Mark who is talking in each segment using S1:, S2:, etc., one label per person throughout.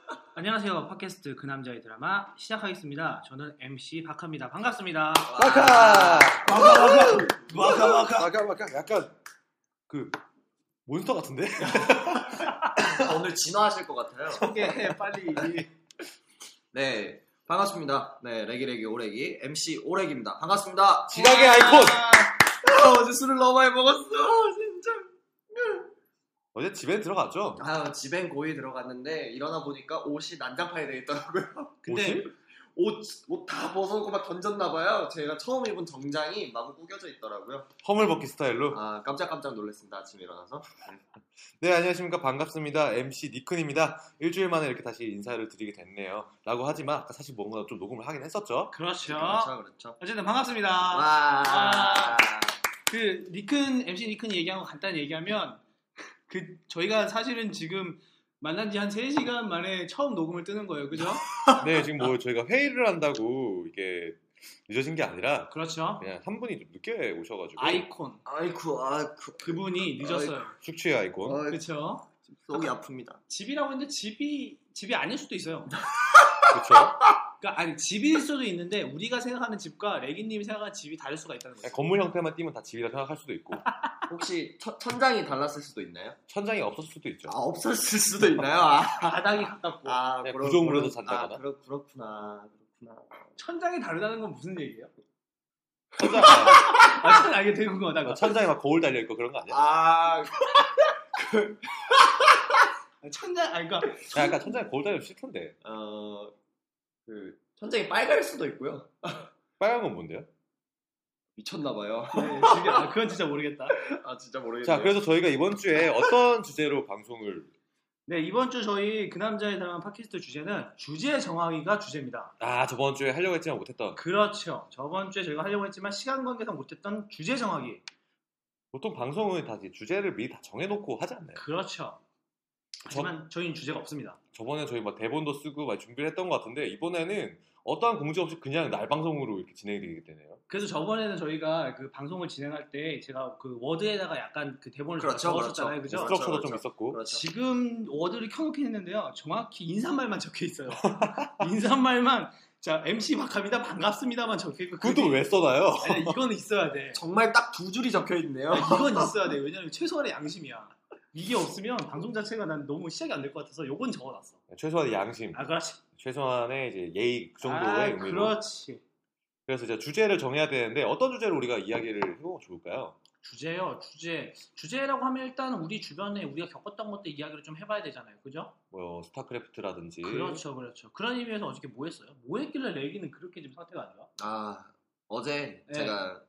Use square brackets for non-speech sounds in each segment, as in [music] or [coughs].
S1: [laughs] 안녕하세요 팟캐스트 그 남자의 드라마 시작하겠습니다 저는 MC 박하입니다 반갑습니다
S2: 와카 와카 와카 와카 와카 약간 그 몬스터 같은데 [laughs]
S3: 오늘 진화하실 것 같아요.
S1: 소개해 빨리
S3: 네 반갑습니다. 네 레기레기 오레기 MC 오레기입니다. 반갑습니다.
S2: 지각의 아이콘
S3: 아, 어제 술을 너무 많이 먹었어 진짜.
S2: 어제 집에 들어갔죠
S3: 아 집엔 고이 들어갔는데 일어나 보니까 옷이 난장판이 돼 있더라고요.
S2: 옷이
S3: 근데 옷옷 다 벗어놓고 막 던졌나 봐요. 제가 처음 입은 정장이 마구 구겨져 있더라고요.
S2: 허물벗기 스타일로
S3: 아 깜짝깜짝 놀랐습니다. 아침에 일어나서.
S2: 네 안녕하십니까 반갑습니다 MC 니쿤입니다 일주일 만에 이렇게 다시 인사를 드리게 됐네요 라고 하지만 아까 사실 뭔가 좀 녹음을 하긴
S1: [laughs]
S2: 했었죠
S1: 그렇죠
S3: 그렇죠 그렇죠.
S1: 어쨌든 반갑습니다
S3: 와.
S1: 아. 그 니큰 MC 니큰 얘기한 거 간단히 얘기하면 그 저희가 사실은 지금 만난 지 한 3시간 만에 처음 녹음을 뜨는 거예요 그죠?
S2: 네 지금 뭐 저희가 회의를 한다고 이게 늦어진 게 아니라
S1: 그렇죠
S2: 그냥 한 분이 좀 늦게 오셔가지고
S1: 아이콘
S3: 아이쿠 아이쿠
S1: 그분이 늦었어요
S2: 숙취의 아이콘
S3: 아이쿠
S1: 그렇죠
S3: 속이 아픕니다.
S1: 집이라고 했는데 집이 집이 아닐 수도 있어요
S2: 그렇죠
S1: 그러니까 아니 집일 수도 있는데 우리가 생각하는 집과 레기님이 생각하는 집이 다를 수가 있다는 거죠.
S2: 건물 형태만 띄면 다 집이라 생각할 수도 있고
S3: 혹시 천- 천장이 달랐을 수도 있나요?
S2: 천장이 없었을 수도 있죠.
S3: 아 없었을 수도 있나요? 아,
S1: 바닥이 가깝고
S3: 아
S2: 그냥
S3: 그런-
S2: 네, 구조물에서
S3: 그런-
S2: 산다거나?
S3: 아, 그렇, 그렇구나 그렇구나
S1: 천장이 다르다는 건 무슨 얘기예요?
S2: 천장,
S1: 아, 진짜 알게 되는 거다.
S2: 아, 천장에 막 거울 달려 있고 그런 거 아니야?
S3: 아
S1: 천장 아니 그러니까
S2: 야, 약간 천장에 거울 달려 싫던데.
S3: 어, 그 천장이 빨갈 수도 있고요
S2: 빨간 건 뭔데요?
S3: 미쳤나봐요 [laughs]
S1: 네, 지금- 아, 그건 진짜 모르겠다.
S3: 아 진짜 모르겠네요
S2: 자, 그래서 저희가 이번 주에 어떤 주제로 방송을
S1: 네 이번 주 저희 그 남자에 대한 팟캐스트 주제는 주제 정하기가 주제입니다.
S2: 아 저번 주에 하려고 했지만 못했던
S1: 그렇죠. 저번 주에 저희가 하려고 했지만 시간 관계상 못했던 주제 정하기.
S3: 네.
S2: 보통 방송은 다 이제 주제를 미리 다 정해놓고 하지 않나요?
S1: 그렇죠. 하지만 저희는 주제가 없습니다.
S2: 저번에 저희 막 대본도 쓰고 막 준비를 했던 것 같은데 이번에는 어떠한 공지 없이 그냥 날 방송으로 이렇게 진행이 되게 되네요.
S1: 그래서 저번에는 저희가 그 방송을 진행할 때 제가 그 워드에다가 약간 그 대본을 좀
S3: 그렇죠,
S1: 적었었잖아요,
S3: 그렇죠.
S1: 그죠?
S3: 그렇죠.
S2: 스트럭처도 좀 있었고
S3: 그렇죠
S1: 지금 워드를 켜놓긴 했는데요. 정확히 인사말만 적혀 있어요. [laughs] 인사말만 자 MC 박합니다 반갑습니다만 적혀 있고
S2: 그것도 왜 써놔요?
S1: [laughs] 아니, 이건 있어야 돼.
S3: 정말 딱 두 줄이 적혀있네요
S1: 아니, 이건 있어야 돼. 왜냐면 최소한의 양심이야. 이게 없으면 방송 자체가 난 너무 시작이 안 될 것 같아서 요건 적어놨어.
S2: 최소한의 양심,
S1: 아 그렇지.
S2: 최소한의 이제 예의 그 정도의
S1: 아,
S2: 의미로
S1: 그렇지.
S2: 그래서 이제 주제를 정해야 되는데 어떤 주제로 우리가 이야기를 해보면 좋을까요?
S1: 주제요. 주제. 주제라고 하면 일단 우리 주변에 우리가 겪었던 것들 이야기를 좀 해봐야 되잖아요. 그죠?
S2: 뭐 스타크래프트라든지
S1: 그렇죠, 그렇죠. 그런 의미에서 어저께 뭐 했어요? 뭐 했길래 레기는 그렇게 지금 상태가 안 좋아?
S3: 아 어제
S1: 네.
S3: 제가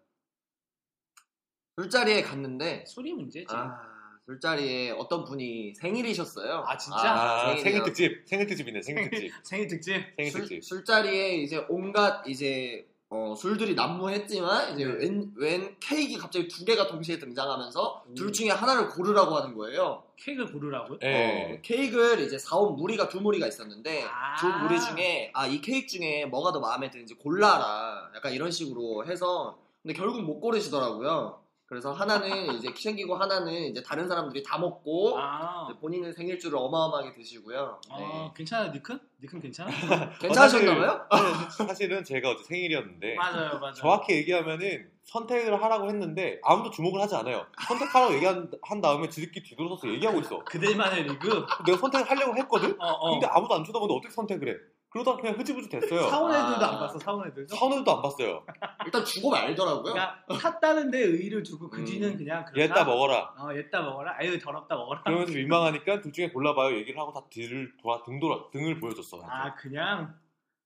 S3: 술자리에 갔는데
S1: 네, 소리 문제지.
S3: 아 술자리에 어떤 분이 생일이셨어요
S1: 아, 진짜?
S2: 아,
S3: 생일이요.
S2: 생일 특집 생일 특집이네 생일 특집
S1: 생일 특집. [laughs]
S2: 생일
S3: 술,
S2: 특집
S3: 술자리에 이제 온갖 이제 어, 술들이 난무했지만 이제
S1: 네.
S3: 웬, 웬 케이크 갑자기 두 개가 동시에 등장하면서
S2: 음.
S1: 오.
S3: 둘 중에 하나를 고르라고 하는 거예요.
S1: 케이크를 고르라고요?
S2: 예
S3: 어, 케이크를 이제 사온 무리가 두 무리가 있었는데
S1: 아.
S3: 두 무리 중에 아 이 케이크 중에 뭐가 더 마음에 드는지 골라라 약간 이런 식으로 해서 근데 결국 못 고르시더라고요. 그래서 하나는 이제 챙기고 하나는 이제 다른 사람들이 다 먹고
S1: 아,
S2: 네.
S3: 이제 본인은 생일주를 어마어마하게 드시고요. 네.
S1: 어, 괜찮아, 니큰? 니큰
S2: [laughs]
S1: 괜찮아?
S2: 네.
S3: 괜찮으셨나봐요?
S2: 사실- 사실은 제가 어제 생일이었는데
S1: 맞아요, 맞아요.
S2: 정확히 얘기하면은 선택을 하라고 했는데 아무도 주목을 하지 않아요 선택하라고 얘기한 한 다음에 지들끼리 뒤돌아서서 얘기하고 있어
S1: 그들만의 리그.
S2: 내가 선택을 하려고 했거든
S1: 어, 어.
S2: 근데 아무도 안 주다보는데 어떻게 선택을 해 그러다 그냥 흐지부지 됐어요
S1: 사원 애들도 안
S3: 아.
S1: 봤어, 사원 애들.
S2: 선우도 안 봤어요
S3: 일단 주고 말더라고요.
S1: 그러니까 탔다는데 의의를 두고 그
S3: 음.
S1: 뒤는 그냥 그러나?
S2: 얘다 먹어라
S1: 어, 얘따 먹어라. 아유 더럽다 먹어라.
S2: 그러면서 민망하니까 둘 중에 골라봐요 얘기를 하고 다 뒤를 돌아 등 돌아 등을 보여줬어
S1: 아 그냥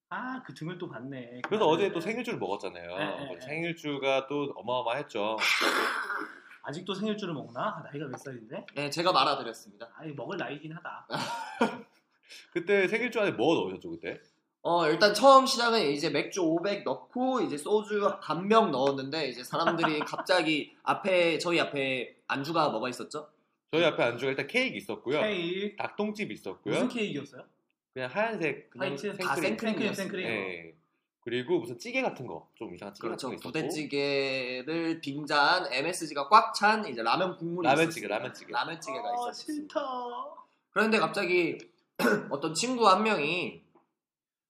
S1: 아 그 등을 또 봤네.
S2: 그래서 어제 또
S1: 생
S2: 생일주를 먹었잖아요.
S1: 네, 네, 네.
S2: 생일주가 또 어마어마했죠.
S1: 아직도 생일주를 먹나? 나이가 몇 살인데?
S3: 네, 제가 말아드렸습니다.
S1: 아니 먹을 나이긴 하다.
S2: 그때 생일주 안에 뭐 넣으셨죠 그때?
S3: 어, 일단 처음 시작은 이제 맥주 500 넣고 이제 소주 반 병 넣었는데 이제
S2: [laughs]
S3: 사람들이 갑자기 앞에 저희 앞에 안주가 뭐가 있었죠?
S2: 저희 앞에 안주가 일단 케이크 있었고요.
S1: 그 케이크
S2: 닭똥집 있었고요.
S1: 무슨 케이크였어요?
S2: 그냥 하얀색 그냥
S1: 화이트? 아,
S2: 생크림.
S3: 다
S1: 생크림
S3: 생크림이었어요.
S1: 생크림.
S2: 예. 그리고 무슨 찌개 같은 거 좀 이상한 찌개
S3: 그렇죠.
S2: 같은 거 있었고.
S3: 부대찌개를 빙자한 MSG가 꽉 찬 이제 라면 국물이
S2: 라면찌개,
S3: 있었어요.
S2: 라면찌개.
S3: 라면찌개가
S1: 아,
S3: 있었어요.
S1: 싫다.
S3: 그런데 갑자기 [clears throat] 어떤 친구 한 명이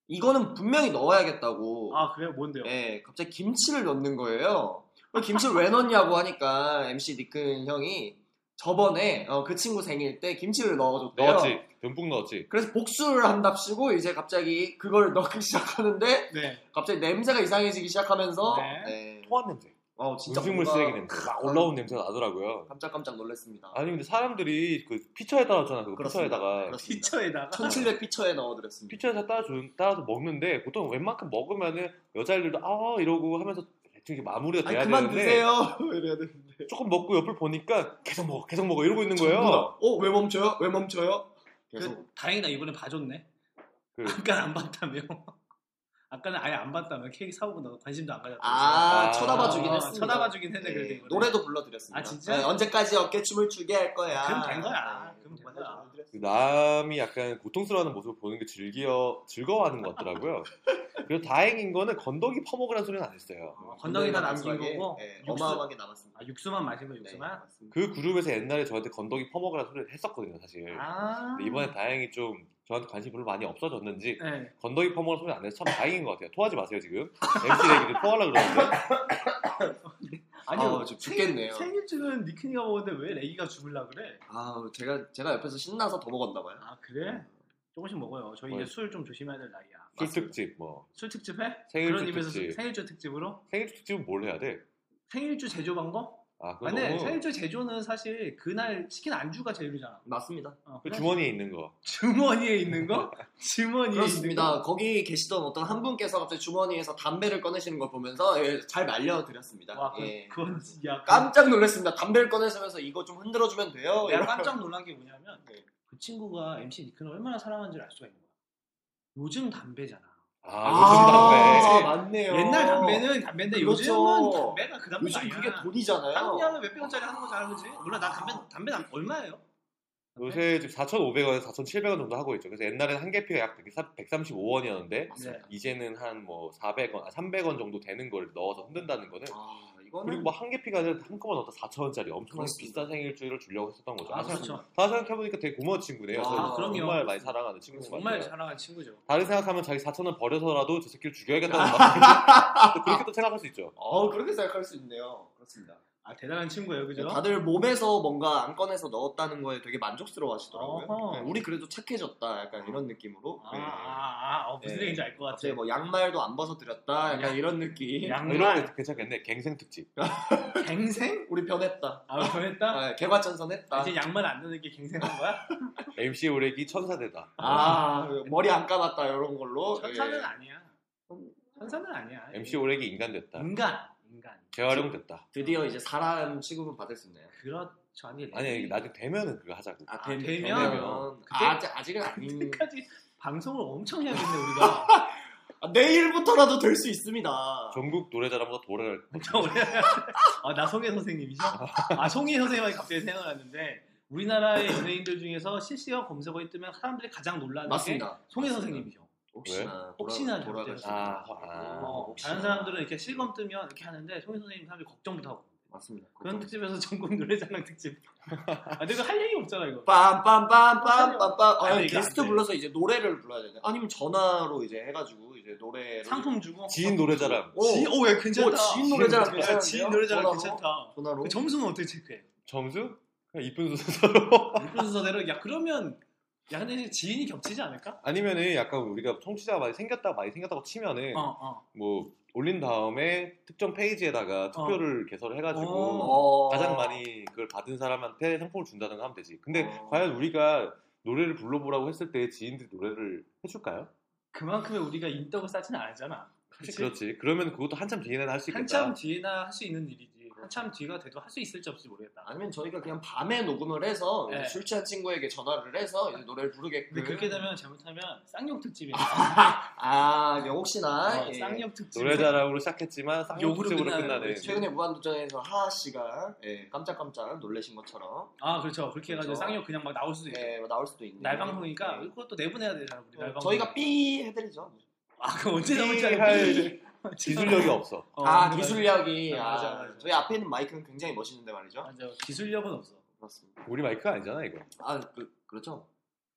S3: 이거는 분명히 넣어야겠다고
S1: 아 그래요? 뭔데요?
S2: 네.
S3: 예,
S2: [laughs]
S3: 갑자기 김치를 넣는 거예요. 왜 김치를 왜 넣냐고 하니까 MC 니큰 형이 저번에 어, 그 친구 생일 때 김치를 넣어줬대요.
S2: 넣었지. 듬뿍 넣었지.
S3: 그래서 복수를 한답시고 이제 갑자기 그걸 [laughs] 넣기 시작하는데
S1: 네.
S3: 갑자기 냄새가 이상해지기 시작하면서
S1: 네.
S3: 네.
S2: 토한 냄새.
S3: 어, 진짜
S2: 음식물
S3: 뭔가
S2: 쓰레기 냄새. 막 올라온 냄새가 나더라고요.
S3: 깜짝깜짝 놀랐습니다.
S2: 아니 근데 사람들이 그 피처에 따라잖아. 그
S3: 그렇습니다.
S2: 피처에다가
S3: 그렇습니다.
S1: 피처에다가
S3: 1700 피처에 넣어드렸습니다.
S2: 피처에서 따라준 따라서 먹는데 보통 웬만큼 먹으면은 여자애들도 아 이러고 하면서 대충 이렇게 마무리가
S3: 아니
S2: 돼야
S3: 그만
S2: 되는데
S3: 드세요. [laughs] 이래야 되는데.
S2: 조금 먹고 옆을 보니까 계속 먹어 계속 먹어 이러고 있는
S3: 전부 다,
S2: 거예요.
S3: 어, 왜 멈춰요? 왜 멈춰요? 계속
S1: 그, 다행이다 이번에 봐줬네.
S2: 그-
S1: 아까는 안 봤다며. [laughs] 아까는 아예 안 봤다며 케이크 사오고 나 관심도 안 가졌다.
S3: 아,
S2: 아,
S3: 쳐다봐 주긴
S1: 아,
S3: 했습니다.
S1: 쳐다봐 주긴 했는데 그래도
S3: 네,
S1: 이번에.
S3: 노래도 불러드렸습니다.
S1: 아, 진짜?
S3: 네, 언제까지 어깨 춤을 추게 할 거야. 네,
S1: 그럼 된 거야. 그럼 된 거야.
S2: 그 남이 약간 고통스러워하는 모습을 보는 게 즐겨 즐거워하는 것 같더라고요. 그리고 다행인 거는 건더기 퍼먹으라는 소리는 안 했어요.
S1: 어, 건더기만 남긴 거고 육수,
S3: 네, 어마어마하게 남았습니다.
S1: 아, 육수만 마신 거
S3: 네,
S1: 육수만.
S3: 남았습니다.
S2: 그 그룹에서 옛날에 저한테 건더기 퍼먹으라는 소리를 했었거든요, 사실.
S3: 네.
S1: 아.
S2: 근데 이번에 다행히 좀 저한테 관심 이 별로 많이 없어졌는지
S1: 네.
S2: 건더기 퍼먹으라는 소리 안 해서 참 다행인 것 같아요. 토하지 마세요 지금. MC 얘기를 토하려 그러는데.
S3: 아니요, 지금 죽겠네요.
S1: 생일주는 니큰이가 먹었는데 왜 레이가 죽을라 그래?
S3: 아, 제가 제가 옆에서 신나서 더 먹었나 봐요.
S1: 아 그래?
S3: 음.
S1: 조금씩 먹어요. 저희
S2: 네.
S3: 뭐
S1: 이제 술 좀 조심해야 될 나이야.
S2: 술 특집 뭐
S1: 술 특집 해?
S2: 생일주
S1: 그런 입에서
S2: 특집.
S1: 생일주 특집으로?
S2: 생일 특집은 뭘 해야 돼?
S1: 생일주 제조 방법?
S2: 아 그거
S1: 근데
S2: 너무
S1: 생일주 제조는 사실 그날 시킨 안주가 제일이잖아.
S3: 맞습니다.
S1: 어,
S2: 그
S1: 그래?
S2: 주머니에 있는 거.
S1: 주머니에 있는 거? 주머니에 있는 거?
S3: 그렇습니다. 거기 계시던 어떤 한 분께서 갑자기 주머니에서 담배를 꺼내시는 걸 보면서 예, 잘 말려드렸습니다.
S1: 와, 그,
S3: 예.
S1: 그건 야
S3: 깜짝 놀랐습니다. 담배를 꺼내시면서 이거 좀 흔들어주면 돼요.
S1: 내가 깜짝 놀란 게 뭐냐면
S3: 네.
S1: 그 친구가 MC 니크는 얼마나 사랑하는지를 알 수가 있는 거야. 요즘 담배잖아.
S2: 아,
S1: 아,
S2: 요즘 담배.
S3: 아, 맞네요.
S1: 옛날 담배는 담배인데
S3: 그렇죠.
S1: 요즘은 담배가 그 담배가
S3: 요즘
S1: 아니야.
S3: 그게 돈이잖아요.
S1: 다른 하면 몇 백 원짜리 하는 거 잘하는 거지. 몰라 나 담배 담배 남- 얼마예요?
S2: 요새 지금 4,500원에서 4,700원 정도 하고 있죠. 그래서 옛날에는 한 개피가 약 135원이었는데
S1: 네. 이제
S2: 이제는 한 뭐 400원, 아, 300원 정도 되는 걸 넣어서 흔든다는 거는
S3: 아, 이거는
S2: 그리고 뭐 한 개피가 아니라 한꺼번에 넣다 4,000원짜리 엄청나게
S3: 그렇습니다.
S2: 비싼 생일주의를 주려고 했었던 거죠.
S1: 아
S2: 아, 참-
S1: 그렇죠.
S2: 다 생각해보니까 되게 고마운 친구네요.
S3: 아,
S2: 저는
S1: 그럼요.
S2: 정말 많이 사랑하는
S3: 그렇죠.
S2: 친구인 것
S1: 정말
S2: 같아요.
S1: 사랑하는 친구죠.
S2: 다른 생각하면 자기 4,000원 버려서라도 저 새끼를
S1: [laughs]
S2: 죽여야겠다는 마음이 또 그렇게 또 생각할 수 있죠.
S3: 어, 그렇게 생각할 수 있네요. 그렇습니다.
S1: 아 대단한 친구예요, 그죠?
S3: 다들 몸에서 뭔가 안 꺼내서 넣었다는 거에 되게 만족스러워 하시더라고요.
S1: 어허.
S3: 네, 우리 그래도 착해졌다. 약간 이런 느낌으로.
S1: 아,
S3: 네.
S1: 아, 아, 어, 무슨
S3: 네.
S1: 얘기인지 알 것 같아.
S3: 갑자기 뭐 양말도 안 벗어드렸다. 약간 이런 느낌.
S2: 아, 이런
S1: 양말,
S2: 거 괜찮겠네. 갱생 특집.
S1: 갱생?
S3: 우리 변했다.
S1: 아 변했다.
S3: 네, 개과천선했다.
S1: 이제 양말 안 넣는 게 갱생한 거야?
S2: MC 오래기 천사대다.
S3: 아, 머리 안 감았다. 이런 걸로.
S1: 천사는
S3: 예.
S1: 아니야. 천사는 아니야.
S2: MC 오래기 인간 됐다.
S1: 인간, 인간.
S2: 재활용 됐다.
S3: 드디어 이제 사람 취급은 받을 수 있네요.
S1: 그렇죠. 아니,
S2: 아니 아니, 나중에 되면은 그거 하자고.
S3: 아,
S1: 되-
S2: 되면.
S3: 아, 아직, 아직은 아닌.
S1: 지금까지 방송을 엄청 해야겠네 우리가.
S3: 아, 내일부터라도 될 수 있습니다.
S2: 전국 노래자랑보다 도래를
S1: 진짜 오래. 아, 나 송혜 선생님이죠? 아 송혜 선생님이 갑자기 생각났는데 우리나라의 연예인들 중에서 실시간 검색어에 뜨면 사람들이 가장 놀라는 게
S3: 맞습니다.
S1: 네? 송혜
S3: 맞습니다.
S1: 선생님이죠.
S3: 혹시나
S1: 혹시나
S3: 돌아가시
S1: 절대.
S2: 아, 아.
S1: 어, 다른 사람들은 이렇게 실검 뜨면 이렇게 하는데 송혜 선생님 사람들이 걱정부터 하고.
S3: 맞습니다.
S1: 그런 특집에서 전국 노래자랑 특집. 아 내가 할 얘기 없잖아 이거.
S3: 빰빰빰빰빰빰.
S1: 아니,
S3: 아니
S1: 이게 안
S3: 게스트
S1: 돼.
S3: 불러서 이제 노래를 불러야 되나? 아니면 전화로 이제 해가지고 이제 노래를
S1: 상품 주고.
S2: 지인 노래자랑
S3: 오,
S1: 뭐, 지, 오, 야, 괜찮다.
S3: 오, 지인 노래자랑
S1: 야,
S3: 괜찮은데요?
S1: 지인 노래자랑
S3: 전화로?
S1: 괜찮다.
S3: 전화로.
S1: 그 점수는 어떻게 체크해?
S2: 점수? 그냥 이쁜 순서로
S1: 그런 순서대로 야 그러면 야 근데 지인이 겹치지 않을까?
S2: 아니면은 약간 우리가 청취자가 많이 생겼다 많이 생겼다고 치면은
S1: 어 어.
S2: 뭐 올린 다음에 특정 페이지에다가 투표를 개설을 해가지고
S3: 어.
S2: 가장 많이 그걸 받은 사람한테 상품을 준다든가 하면 되지 근데
S3: 어.
S2: 과연 우리가 노래를 불러보라고 했을 때 지인들이 노래를 해줄까요?
S1: 그만큼의 우리가 인덕을 쌓지는 않잖아.
S2: 그렇지 그러면 그것도 한참 뒤에는 할 수 있겠다
S1: 한참 뒤에나 할 수 있는 일이지. 한참 뒤가 돼도 할 수 있을지 없을지 모르겠다.
S3: 아니면 저희가 그냥 밤에 녹음을 해서
S1: 네.
S3: 술 취한 친구에게 전화를 해서 이제 노래를 부르게끔.
S1: 근데 그렇게 되면 잘못하면 쌍욕 특집이야.
S3: 아, 이게 혹시나
S1: 어,
S3: 예.
S1: 쌍욕 특집.
S2: 노래자랑으로 시작했지만
S1: 욕으로
S2: 쌍욕으로
S1: 끝나는
S2: 끝나는.
S1: 거지.
S3: 최근에 무한도전에서 하하 씨가 예, 깜짝깜짝 놀라신 것처럼
S1: 아 그렇죠. 그렇게 해가지고
S3: 그렇죠.
S1: 쌍욕 그냥 막 나올 수도 있어. 요
S3: 예, 나올 수도 있는.
S1: 네. 날 방송이니까
S3: 예.
S1: 그것도 내보내야 되잖아 우리 날 방송.
S3: 저희가 삐 해드리죠.
S1: 아 그럼 [laughs] 언제 나올지 [laughs] 알고.
S2: 할 기술력이 없어.
S1: 어,
S3: 아
S1: 그래가지고.
S3: 기술력이
S1: 아,
S3: 아,
S1: 맞아, 맞아.
S3: 저희 앞에 있는 마이크는 굉장히 멋있는데 말이죠.
S1: 맞아. 기술력은 없어.
S3: 그렇습니다.
S2: 우리 마이크가 아니잖아 이거.
S3: 아그 그렇죠.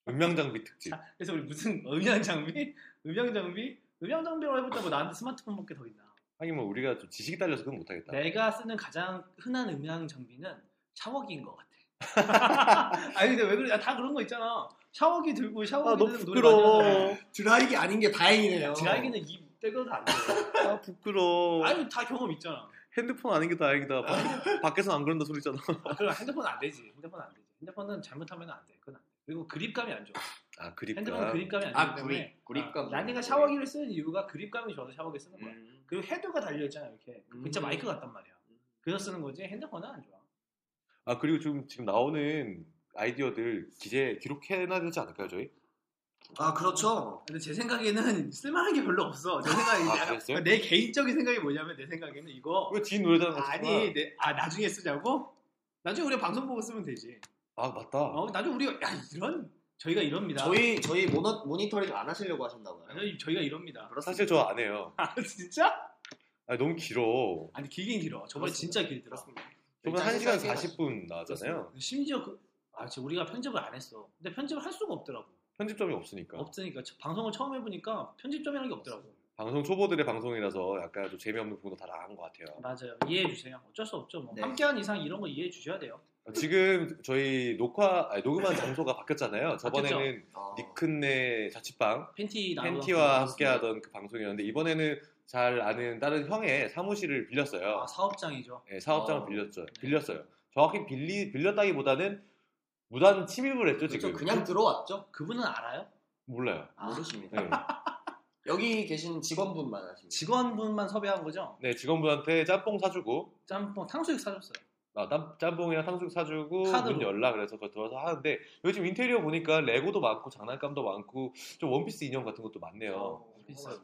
S2: 음향장비 특집.
S1: 자, 그래서 우리 무슨 음향 장비? [laughs] 음향 장비? 음향 장비로 해보자. 뭐 나한테 스마트폰밖에 더 있나?
S2: 하긴 뭐 우리가 좀 지식이 딸려서 그건 못하겠다.
S1: 내가 쓰는 가장 흔한 음향 장비는 샤워기인 것 같아.
S2: [laughs]
S1: 아니 근데 왜 그래? 다 그런 거 있잖아. 샤워기 들고 샤워기
S2: 아 너무
S1: 들고 노래 많이
S2: 부끄러워. 어.
S1: 하잖아.
S3: 드라이기 아닌 게 다행이네요.
S1: 드라이기는 입 떼고도
S2: [laughs]
S1: 안 돼.
S2: 아 부끄러워.
S1: 아니 다 경험 있잖아.
S2: 핸드폰 아닌 게 다행이다. [laughs] 밖에, 밖에서 안 그런다 소리잖아.
S1: 아, 그럼 핸드폰 안 되지. 핸드폰 안 되지. 핸드폰은 잘못하면 안 돼. 그건 안 돼. 그리고 그립감이 안 좋아.
S2: 아 그립감.
S1: 핸드폰은 그립감이 안 좋기
S3: 아,
S1: 때문에
S3: 그립- 그립감.
S1: 아, 난이가 샤워기를 쓰는 이유가 그립감이 좋아서 샤워기 쓰는 거야.
S3: 음.
S1: 그리고 헤드가 달려 있잖아 이렇게. 그 진짜
S3: 음.
S1: 마이크 같단 말이야. 그래서 쓰는 거지. 핸드폰은 안 좋아.
S2: 아 그리고 지금 지금 나오는 아이디어들 기재 기록해놔야 되지 않을까요 저희?
S3: 아 그렇죠.
S1: 근데 제 생각에는 쓸만한 게 별로 없어. 내 생각에
S2: 아,
S1: 나-
S2: 그랬어요?
S1: 내 개인적인 생각이 뭐냐면 내 생각에는
S3: 아,
S1: 이거
S2: 왜 지인 노래자랑 같이
S1: 아니 내, 아 나중에 쓰자고? 나중에 우리 가 방송 보고 쓰면 되지.
S2: 아 맞다.
S1: 어 나중에 우리가 야 이런 저희가 이럽니다.
S3: 저희 저희 모너, 모니터링 안 하시려고 하신다고요?
S1: 저희- 저희가 이럽니다.
S2: 사실 저 안 해요.
S1: 아 [laughs] 진짜?
S2: 아 너무 길어.
S1: 아니 길긴 길어. 저번에
S3: 그렇습니다.
S1: 진짜 길더라.
S2: 저번 1 시간
S3: 짧게
S2: 40분 나왔잖아요.
S1: 심지어 네, 그, 아 지금 우리가 편집을 안 했어. 근데 편집을 할 수가 없더라고.
S2: 편집점이 없으니까.
S3: 그러니까.
S1: 없으니까 저- 방송을 처음 해보니까 편집점이라는 게 없더라고.
S2: 방송 초보들의 방송이라서 약간 좀 재미없는 부분도 다 나간 것 같아요.
S1: 맞아요. 이해해 주세요. 어쩔 수 없죠. 뭐.
S3: 네.
S1: 함께한 이상 이런 거 이해해 주셔야 돼요.
S2: 지금 저희 녹화 아니, 녹음한 장소가 바뀌었잖아요. 저번에는
S3: 어.
S1: 그렇죠,
S2: 니큰네 자취방
S1: 팬티 나눠.
S2: 팬티와 함께하던 그 방송이었는데 이번에는 잘 아는 다른 형의 사무실을 빌렸어요.
S1: 아, 사업장이죠.
S2: 예, 사업장을
S3: 어.
S2: 빌렸죠. 빌렸어요. 정확히 빌리 빌렸다기보다는 무단 침입을 했죠
S3: 그렇죠.
S2: 지금.
S3: 그냥 들어왔죠?
S1: 그분은 알아요?
S2: 몰라요.
S1: 아.
S3: 모르십니다.
S2: 네.
S3: 여기 계신 직원분만 아십니다.
S1: 직원분만 섭외한 거죠.
S2: 네, 직원분한테 짬뽕 사주고
S1: 짬뽕 탕수육 사줬어요.
S2: 아, 땀- 짬뽕이랑 탕수육 사주고
S1: 카드로.
S2: 문 열라 그래서 그거 들어서 하는데 요즘 인테리어 보니까 레고도 많고 장난감도 많고 좀 원피스 인형 같은 것도 많네요.
S3: 어.
S1: 어, 비싸요.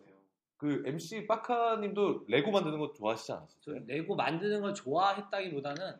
S2: 그 MC 빠카님도 레고 만드는 거 좋아하시지
S1: 저
S2: 않았어요?
S1: 레고 만드는 걸 좋아했다기보다는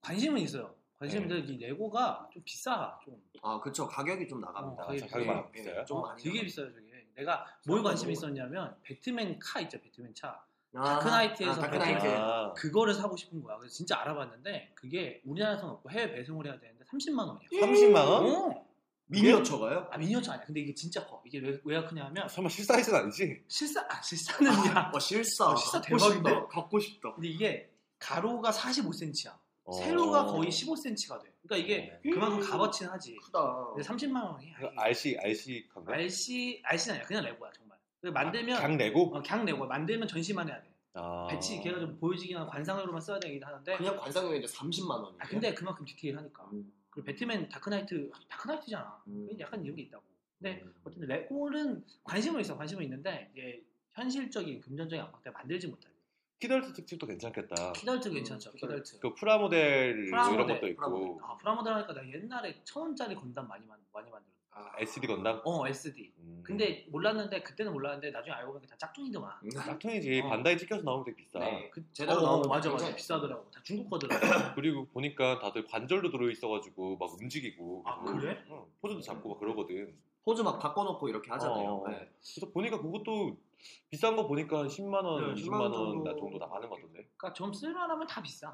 S1: 관심은 있어요. 관심은
S2: 네.
S1: 있는데 이 레고가 좀 비싸. 좀
S3: 아 그렇죠. 가격이 좀 나갑니다.
S1: 어, 가격이
S2: 자, 가격이 아, 많이
S3: 예,
S2: 비싸요?
S3: 좀
S1: 어,
S3: 많이
S1: 되게
S3: 나가요.
S1: 비싸요 저게. 내가 뭘 관심이
S3: 너무
S1: 있었냐면 배트맨 카 있죠 배트맨 차.
S3: 아,
S1: 다크나이트에서
S3: 아, 다크나이트.
S2: 아,
S1: 그거를 사고 싶은 거야. 그래서 진짜 알아봤는데 그게 우리나라에서는 없고 해외 배송을 해야 되는데 30만 원이야.
S2: 30만 원?
S1: 어?
S3: 미니어처가요?
S1: 아 미니어처 아니야. 근데 이게 진짜 커. 이게 왜, 왜 크냐면
S2: 설마 실사이즈는 아니지?
S1: 실사 아,
S3: [laughs]
S1: 실사는야.
S3: 어 실사.
S1: 어, 실사
S3: 갖고
S1: 대박인데?
S3: 싶다. 갖고 싶다.
S1: 근데 이게 가로가 45cm야.
S3: 어.
S1: 세로가
S2: 어.
S1: 거의 15cm가 돼. 그러니까 이게 그만큼 값어치는 하지.
S3: 크다.
S1: 근데 30만 원이
S2: 그 RC RC 건가?
S1: RC RC는 아니야. 그냥 레고야 정말. 그래서
S3: 아,
S1: 만들면
S2: 강 레고?
S1: 어, 그냥 레고야. 만들면 전시만 해야 돼.
S2: 아.
S1: 배치 걔가 좀 보여지기나 관상으로만 써야 되긴 하는데
S3: 그냥 관상용인데 30만 음. 원.
S1: 아, 근데 그만큼 디테일하니까 그리고 배트맨 다크나이트 다크나이트잖아
S3: 음.
S1: 그게 약간 이런 게 있다고 근데
S2: 음.
S1: 어쨌든 레고는 관심은 있어 관심은 있는데 이제 현실적인 금전적인 압박 때문에 만들지 못하고
S2: 키덜트 특집도 괜찮겠다.
S1: 키덜트 괜찮죠
S3: 음,
S1: 키덜트
S2: 그 프라모델 뭐 이런
S1: 프라모델,
S2: 것도 있고
S3: 프라모델.
S1: 아 프라모델 하니까 나 옛날에 천 원짜리 건담 많이 만 많이 만들었어
S2: SD 건담.
S1: 어 SD
S2: 음.
S1: 근데 몰랐는데 그때는 몰랐는데 나중에 알고 보니까 다 짝퉁이더만
S2: 짝퉁이지
S1: 어.
S2: 반다이 찍혀서 나오면 되게 비싸.
S3: 네.
S1: 그
S3: 제대로
S1: 어,
S3: 나온
S1: 어,
S3: 거
S1: 맞아 맞아
S3: 굉장히
S1: 비싸더라고 다 중국
S2: [coughs]
S1: 거더라고
S2: 그리고 보니까 다들 관절도 들어있어가지고 막 움직이고
S1: 아,
S2: 계속
S1: 그래?
S2: 응, 포즈도 잡고 막 그러거든
S3: 포즈 막 바꿔놓고 이렇게 하잖아요.
S2: 어.
S3: 네.
S2: 그래서 보니까 그것도 비싼 거 보니까 한 10만 원,
S3: 네,
S2: 20만
S3: 10만
S2: 원
S3: 정도.
S2: 나 정도 나가는 것 같던데
S1: 그러니까 좀 쓸만하면 다 비싸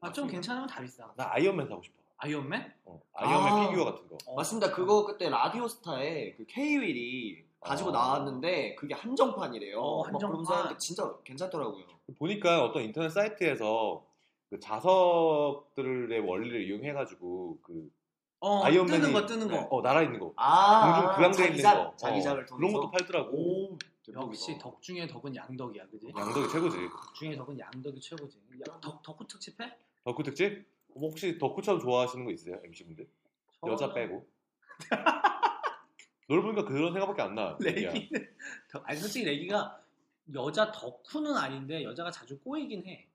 S1: 아, 좀
S2: 맞습니다.
S1: 괜찮으면 다 비싸
S2: 나 아이언맨 사고 싶어
S1: 아이언맨?
S2: 어, 아이언맨
S3: 아.
S2: 피규어 같은 거
S1: 어.
S3: 맞습니다. 그거 그때 라디오스타에 그 K-윌이 가지고
S2: 어.
S3: 나왔는데 그게 한정판이래요.
S1: 어,
S3: 막
S1: 한정판.
S3: 그러면서 하니까 진짜 괜찮더라고요.
S2: 보니까 어떤 인터넷 사이트에서 그 자석들의 원리를 이용해가지고 그
S1: 어,
S2: 아이언맨이
S1: 뜨는 거 뜨는 거.
S2: 어, 날아 있는 거
S3: 네. 아,
S2: 공중 부양돼 있는
S3: 자기작,
S2: 거
S3: 자기작을
S2: 어, 그런 것도
S3: 통해서.
S2: 팔더라고 아.
S3: 오, 대박이다.
S1: 역시 덕 중에 덕은 양덕이야, 그지?
S2: 양덕이 최고지
S1: 덕 중에 덕은 양덕이 최고지. 야, 덕 덕후 특집해?
S2: 덕후 특집? 뭐 혹시 덕후처럼 좋아하시는 거 있어요? MC분들? 여자
S1: 저는
S2: 빼고 [laughs] 노래 보니까 그런 생각밖에
S1: [laughs]
S2: 안 나.
S1: 레기는 덕- 네. 아니 솔직히 레기가 여자 덕후는 아닌데 여자가 자주 꼬이긴 해.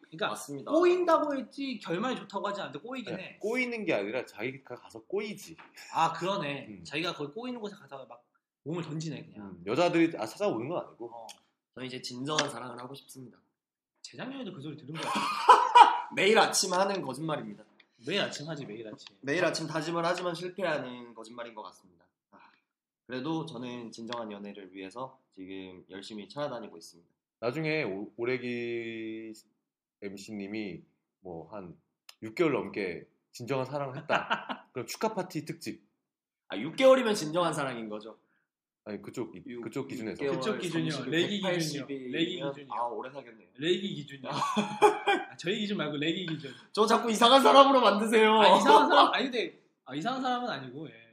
S1: 그러니까
S3: 맞습니다.
S1: 꼬인다고 했지 결말이 좋다고 하지 않는데 꼬이긴
S2: 네,
S1: 해.
S2: 꼬이는 게 아니라 자기가 가서 꼬이지.
S1: 아 그러네.
S2: 음.
S1: 자기가 거기 꼬이는 곳에 가서 막 몸을 던지네 그냥.
S2: 음, 여자들이 아, 찾아오는 건 아니고.
S1: 어,
S3: 저는 이제 진정한 사랑을 하고 싶습니다.
S1: 재작년에도 그 소리 들은 거 같아.
S3: 매일 아침 하는 거짓말입니다.
S1: 매일 아침 하지 매일 아침.
S3: 매일 아침 다짐을 하지만 실패하는 거짓말인 것 같습니다. 아, 그래도 저는 진정한 연애를 위해서 지금 열심히 찾아다니고 있습니다.
S2: 나중에 오- 오래기 MC님이 뭐 한 6개월 넘게 진정한 사랑을
S1: [laughs]
S2: 했다. 그럼 축하 파티 특집.
S3: 아, 6개월이면 진정한 사랑인 거죠.
S2: 아니 그쪽 이-
S3: 육-
S2: 그쪽 기준에서.
S3: 육 개월,
S1: 그쪽 기준이요.
S3: 30일,
S1: 레기
S3: 180일
S1: 기준이요.
S3: 이면-
S1: 레기 기준이요.
S3: 아, 오래 사귀었네요.
S1: 레기 기준이야. 아, 저희 기준 말고 레기 기준.
S3: 저 자꾸 이상한 사람으로 만드세요.
S1: 아, 이상한 사람 아니 근데 아, 이상한 사람은 아니고. 예.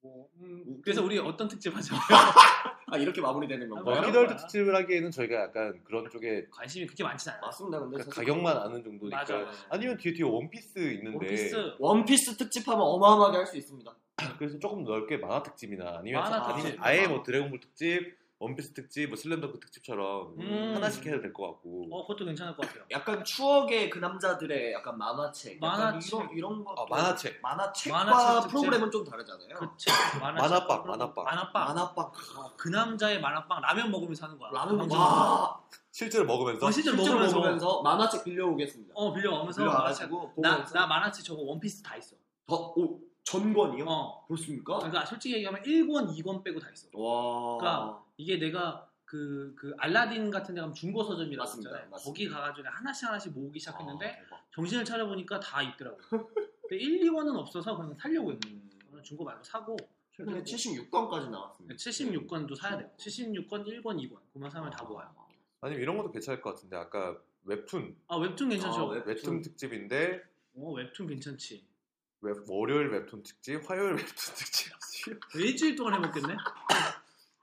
S1: 뭐, 음, 그래서 우리 어떤 특집 하죠?
S3: 아, 이렇게 마무리되는
S2: 어,
S3: 건가요?
S1: 뭐야?
S2: 키덜트 특집을 하기에는 저희가 약간 그런 쪽에 그러니까
S1: 관심이 그렇게 많진 않아.
S3: 맞습니다. 근데
S2: 가-
S3: 사실-
S2: 가격만 아는 정도니까.
S1: 맞아, 맞아.
S2: 아니면 뒤에 뒤에 원피스 있는데.
S1: 원피스
S3: 원피스 특집하면 어마어마하게 할 수 있습니다.
S2: 그래서 조금 넓게 만화 특집이나 아니면
S1: 만화
S2: 아니면
S1: 특집.
S2: 아예 뭐 드래곤볼 특집, 원피스 특집, 뭐 슬램덩크 특집처럼
S1: 음.
S2: 하나씩 해도 될 것 같고.
S1: 어 그것도 괜찮을 것 같아요.
S3: 약간 추억의 그 남자들의 약간 만화책, 약간
S1: 만화책.
S3: 이런 이런 거
S2: 아, 만화책.
S3: 만화책과
S1: 만화책 특집.
S3: 프로그램은 좀 다르잖아요.
S1: 그치 그렇죠. 만화책
S2: 만화빵,
S1: 프로그램.
S2: 만화빵.
S1: 만화빵
S3: 만화빵
S1: 어, 그 남자의 만화빵 라면 먹으면서 하는 거야.
S3: 라면
S1: 방송.
S3: 와
S2: 실제로 먹으면서
S1: 어, 실제로
S3: 실제로
S1: 아, 먹으면서.
S3: 먹으면서 만화책 빌려오겠습니다.
S1: 어 빌려가면서 만화책.
S3: 빌려와가지고
S1: 나,
S3: 보면서
S1: 나 만화책 저거 원피스 다 있어.
S3: 더, 오, 전권이요?
S1: 어.
S3: 그렇습니까?
S1: 그러니까 솔직히 얘기하면 1권, 2권 빼고 다 있어.
S3: 와
S1: 그러니까 이게 내가 그, 그 알라딘 같은 데 가면 중고 서점이라고
S3: 맞습니다.
S1: 있잖아요.
S3: 맞습니다.
S1: 거기 가가지고 하나씩 하나씩 모으기 시작했는데
S3: 아, 대박.
S1: 정신을 차려보니까 다 있더라고. 근데 1, 2권은 없어서 그냥 살려고 했는데 저는 중고 말고 사고
S3: 음.
S1: 네,
S3: 최근에 76권까지 나왔습니다.
S1: 76권도 사야 돼요. 76권, 1권, 2권. 그만 사면 다 모아요.
S2: 아니면 이런 것도 괜찮을 것 같은데 아까 웹툰
S1: 아 웹툰 괜찮죠?
S3: 아, 웹-
S2: 웹툰
S3: 웹툰.
S2: 특집인데
S1: 어 웹툰 괜찮지.
S2: 웹- 월요일 웹툰 특집, 화요일 웹툰 [laughs] 특집,
S1: 일주일 동안 해먹겠네?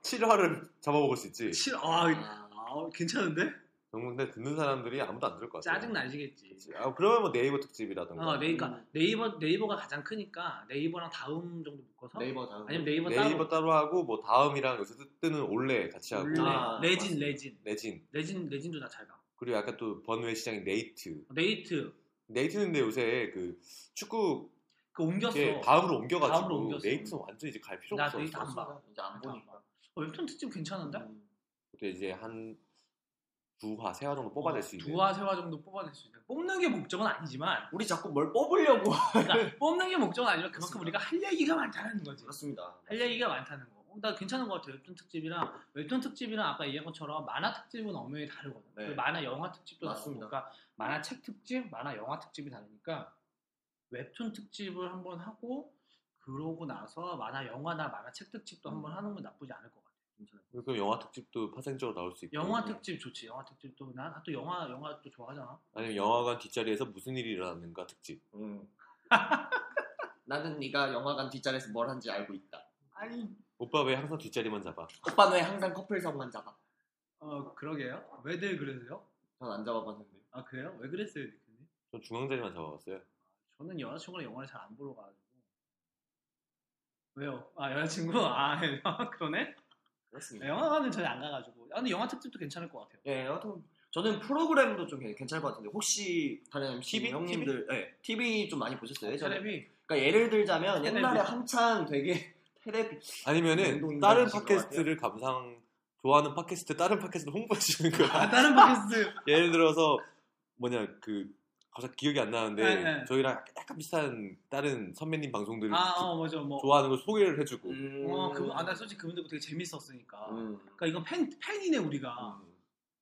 S2: 7화를 잡아먹을 수 있지.
S1: 실- 아, 아, 괜찮은데?
S2: 정말 근데 듣는 사람들이 아무도 안 들을 것 같아.
S1: 짜증 나시겠지.
S2: 아, 그러면 뭐 네이버 특집이라든가
S1: 어, 네, 그러니까 네이버 네이버가 가장 크니까 네이버랑 다음 정도 묶어서
S3: 네이버 다음.
S1: 아니면 네이버,
S2: 네이버
S1: 따로
S2: 따로 하고 뭐 다음이랑 요새 뜨는 올레 같이 하고
S1: 원래
S3: 아,
S1: 레진
S3: 맞습니다.
S1: 레진
S2: 레진
S1: 레진 레진도 나잘 봐.
S2: 그리고 약간 또 번외 시장인 네이트.
S1: 네이트
S2: 네이트는 근데 요새 그 축구
S1: 그 옮겼어.
S2: 이게 다음으로 옮겨가지고
S1: 다음으로 옮겼어.
S2: 네이트는 완전 이제 갈 필요
S1: 나
S2: 없어.
S1: 네이트 안 봐.
S3: 이제 안 보니까.
S1: 어, 웹툰 특집 괜찮은데?
S3: 음.
S2: 그때 이제 한 두화 세 화 정도 뽑아낼 수 있는.
S1: 어, 두화 세화 정도 뽑아낼 수 있는. 뽑는 게 목적은 아니지만
S3: 우리 자꾸 뭘 뽑으려고. [laughs]
S2: [laughs]
S1: 그러니까 뽑는 게 목적은 아니지만 그만큼
S3: 맞습니다.
S1: 우리가 할 얘기가 많다는 거지.
S3: 그렇습니다.
S1: 할 얘기가 많다는 거. 어, 나 괜찮은 것 같아. 웹툰 특집이랑 웹툰 특집이랑 아까 얘기한 것처럼 만화 특집은 엄연히 다르거든.
S3: 네.
S1: 그리고 만화 영화 특집도
S3: 맞습니다.
S1: 다르고, 그러니까 만화 책 특집, 만화 영화 특집이 다르니까 웹툰 특집을 한번 하고 그러고 나서 만화 영화나 만화 책 특집도 한번 하는 건 나쁘지 않을 것 같아.
S2: 그럼 영화 특집도 파생적으로 나올 수 있고. 네.
S1: 영화 특집 좋지. 영화 특집도 난또 영화 영화 또 좋아하잖아.
S2: 아니면 영화관 뒷자리에서 무슨 일이 일어났는가 특집.
S3: 음. 나는 네가 영화관 뒷자리에서 뭘 한지 알고 있다.
S1: 아니
S2: 오빠 왜 항상 뒷자리만 잡아?
S3: 오빠는 왜 항상 커플석만 잡아?
S1: 어 그러게요. 왜들 그러세요?
S3: 전 안 잡아봤는데.
S1: 아 그래요? 왜 그랬어요, 대표님?
S2: 전 중앙 자리만 잡아봤어요.
S1: 저는 여자친구랑 영화를 잘 안 보러 가가지고 왜요? 아 여자친구? 아 [laughs] 그러네?
S3: 그렇습니다.
S1: 아, 영화관은 전혀 안 가가지고 아, 근데 영화 특집도 괜찮을 것 같아요
S3: 예, 하여튼 저는 프로그램도 좀 괜찮을 것 같은데 혹시 다른 MC
S2: TV?
S3: 형님들 TV? 예, TV 좀 많이 보셨어요? 예전에?
S1: 텔레비
S3: 그러니까 예를 들자면
S1: 테레비.
S3: 옛날에 한창 되게 [laughs] 테레비
S2: 아니면은
S3: 운동인
S2: 다른
S3: 것 같아요.
S2: 팟캐스트를 감상 좋아하는 팟캐스트 다른 팟캐스트 홍보해 주는
S1: [laughs] 아
S2: 거야.
S1: 다른 팟캐스트
S2: 예를 들어서 뭐냐 그 갑자기 기억이 안 나는데
S1: 네, 네.
S2: 저희랑 약간 비슷한 다른 선배님 방송들을
S1: 아어 맞아 뭐어 어,
S2: 좋아하는 걸 소개를 해주고
S1: 그분 아나 솔직히 그분들 되게 재밌었으니까
S3: 음.
S1: 그러니까 이건 팬, 팬이네 우리가
S3: 음.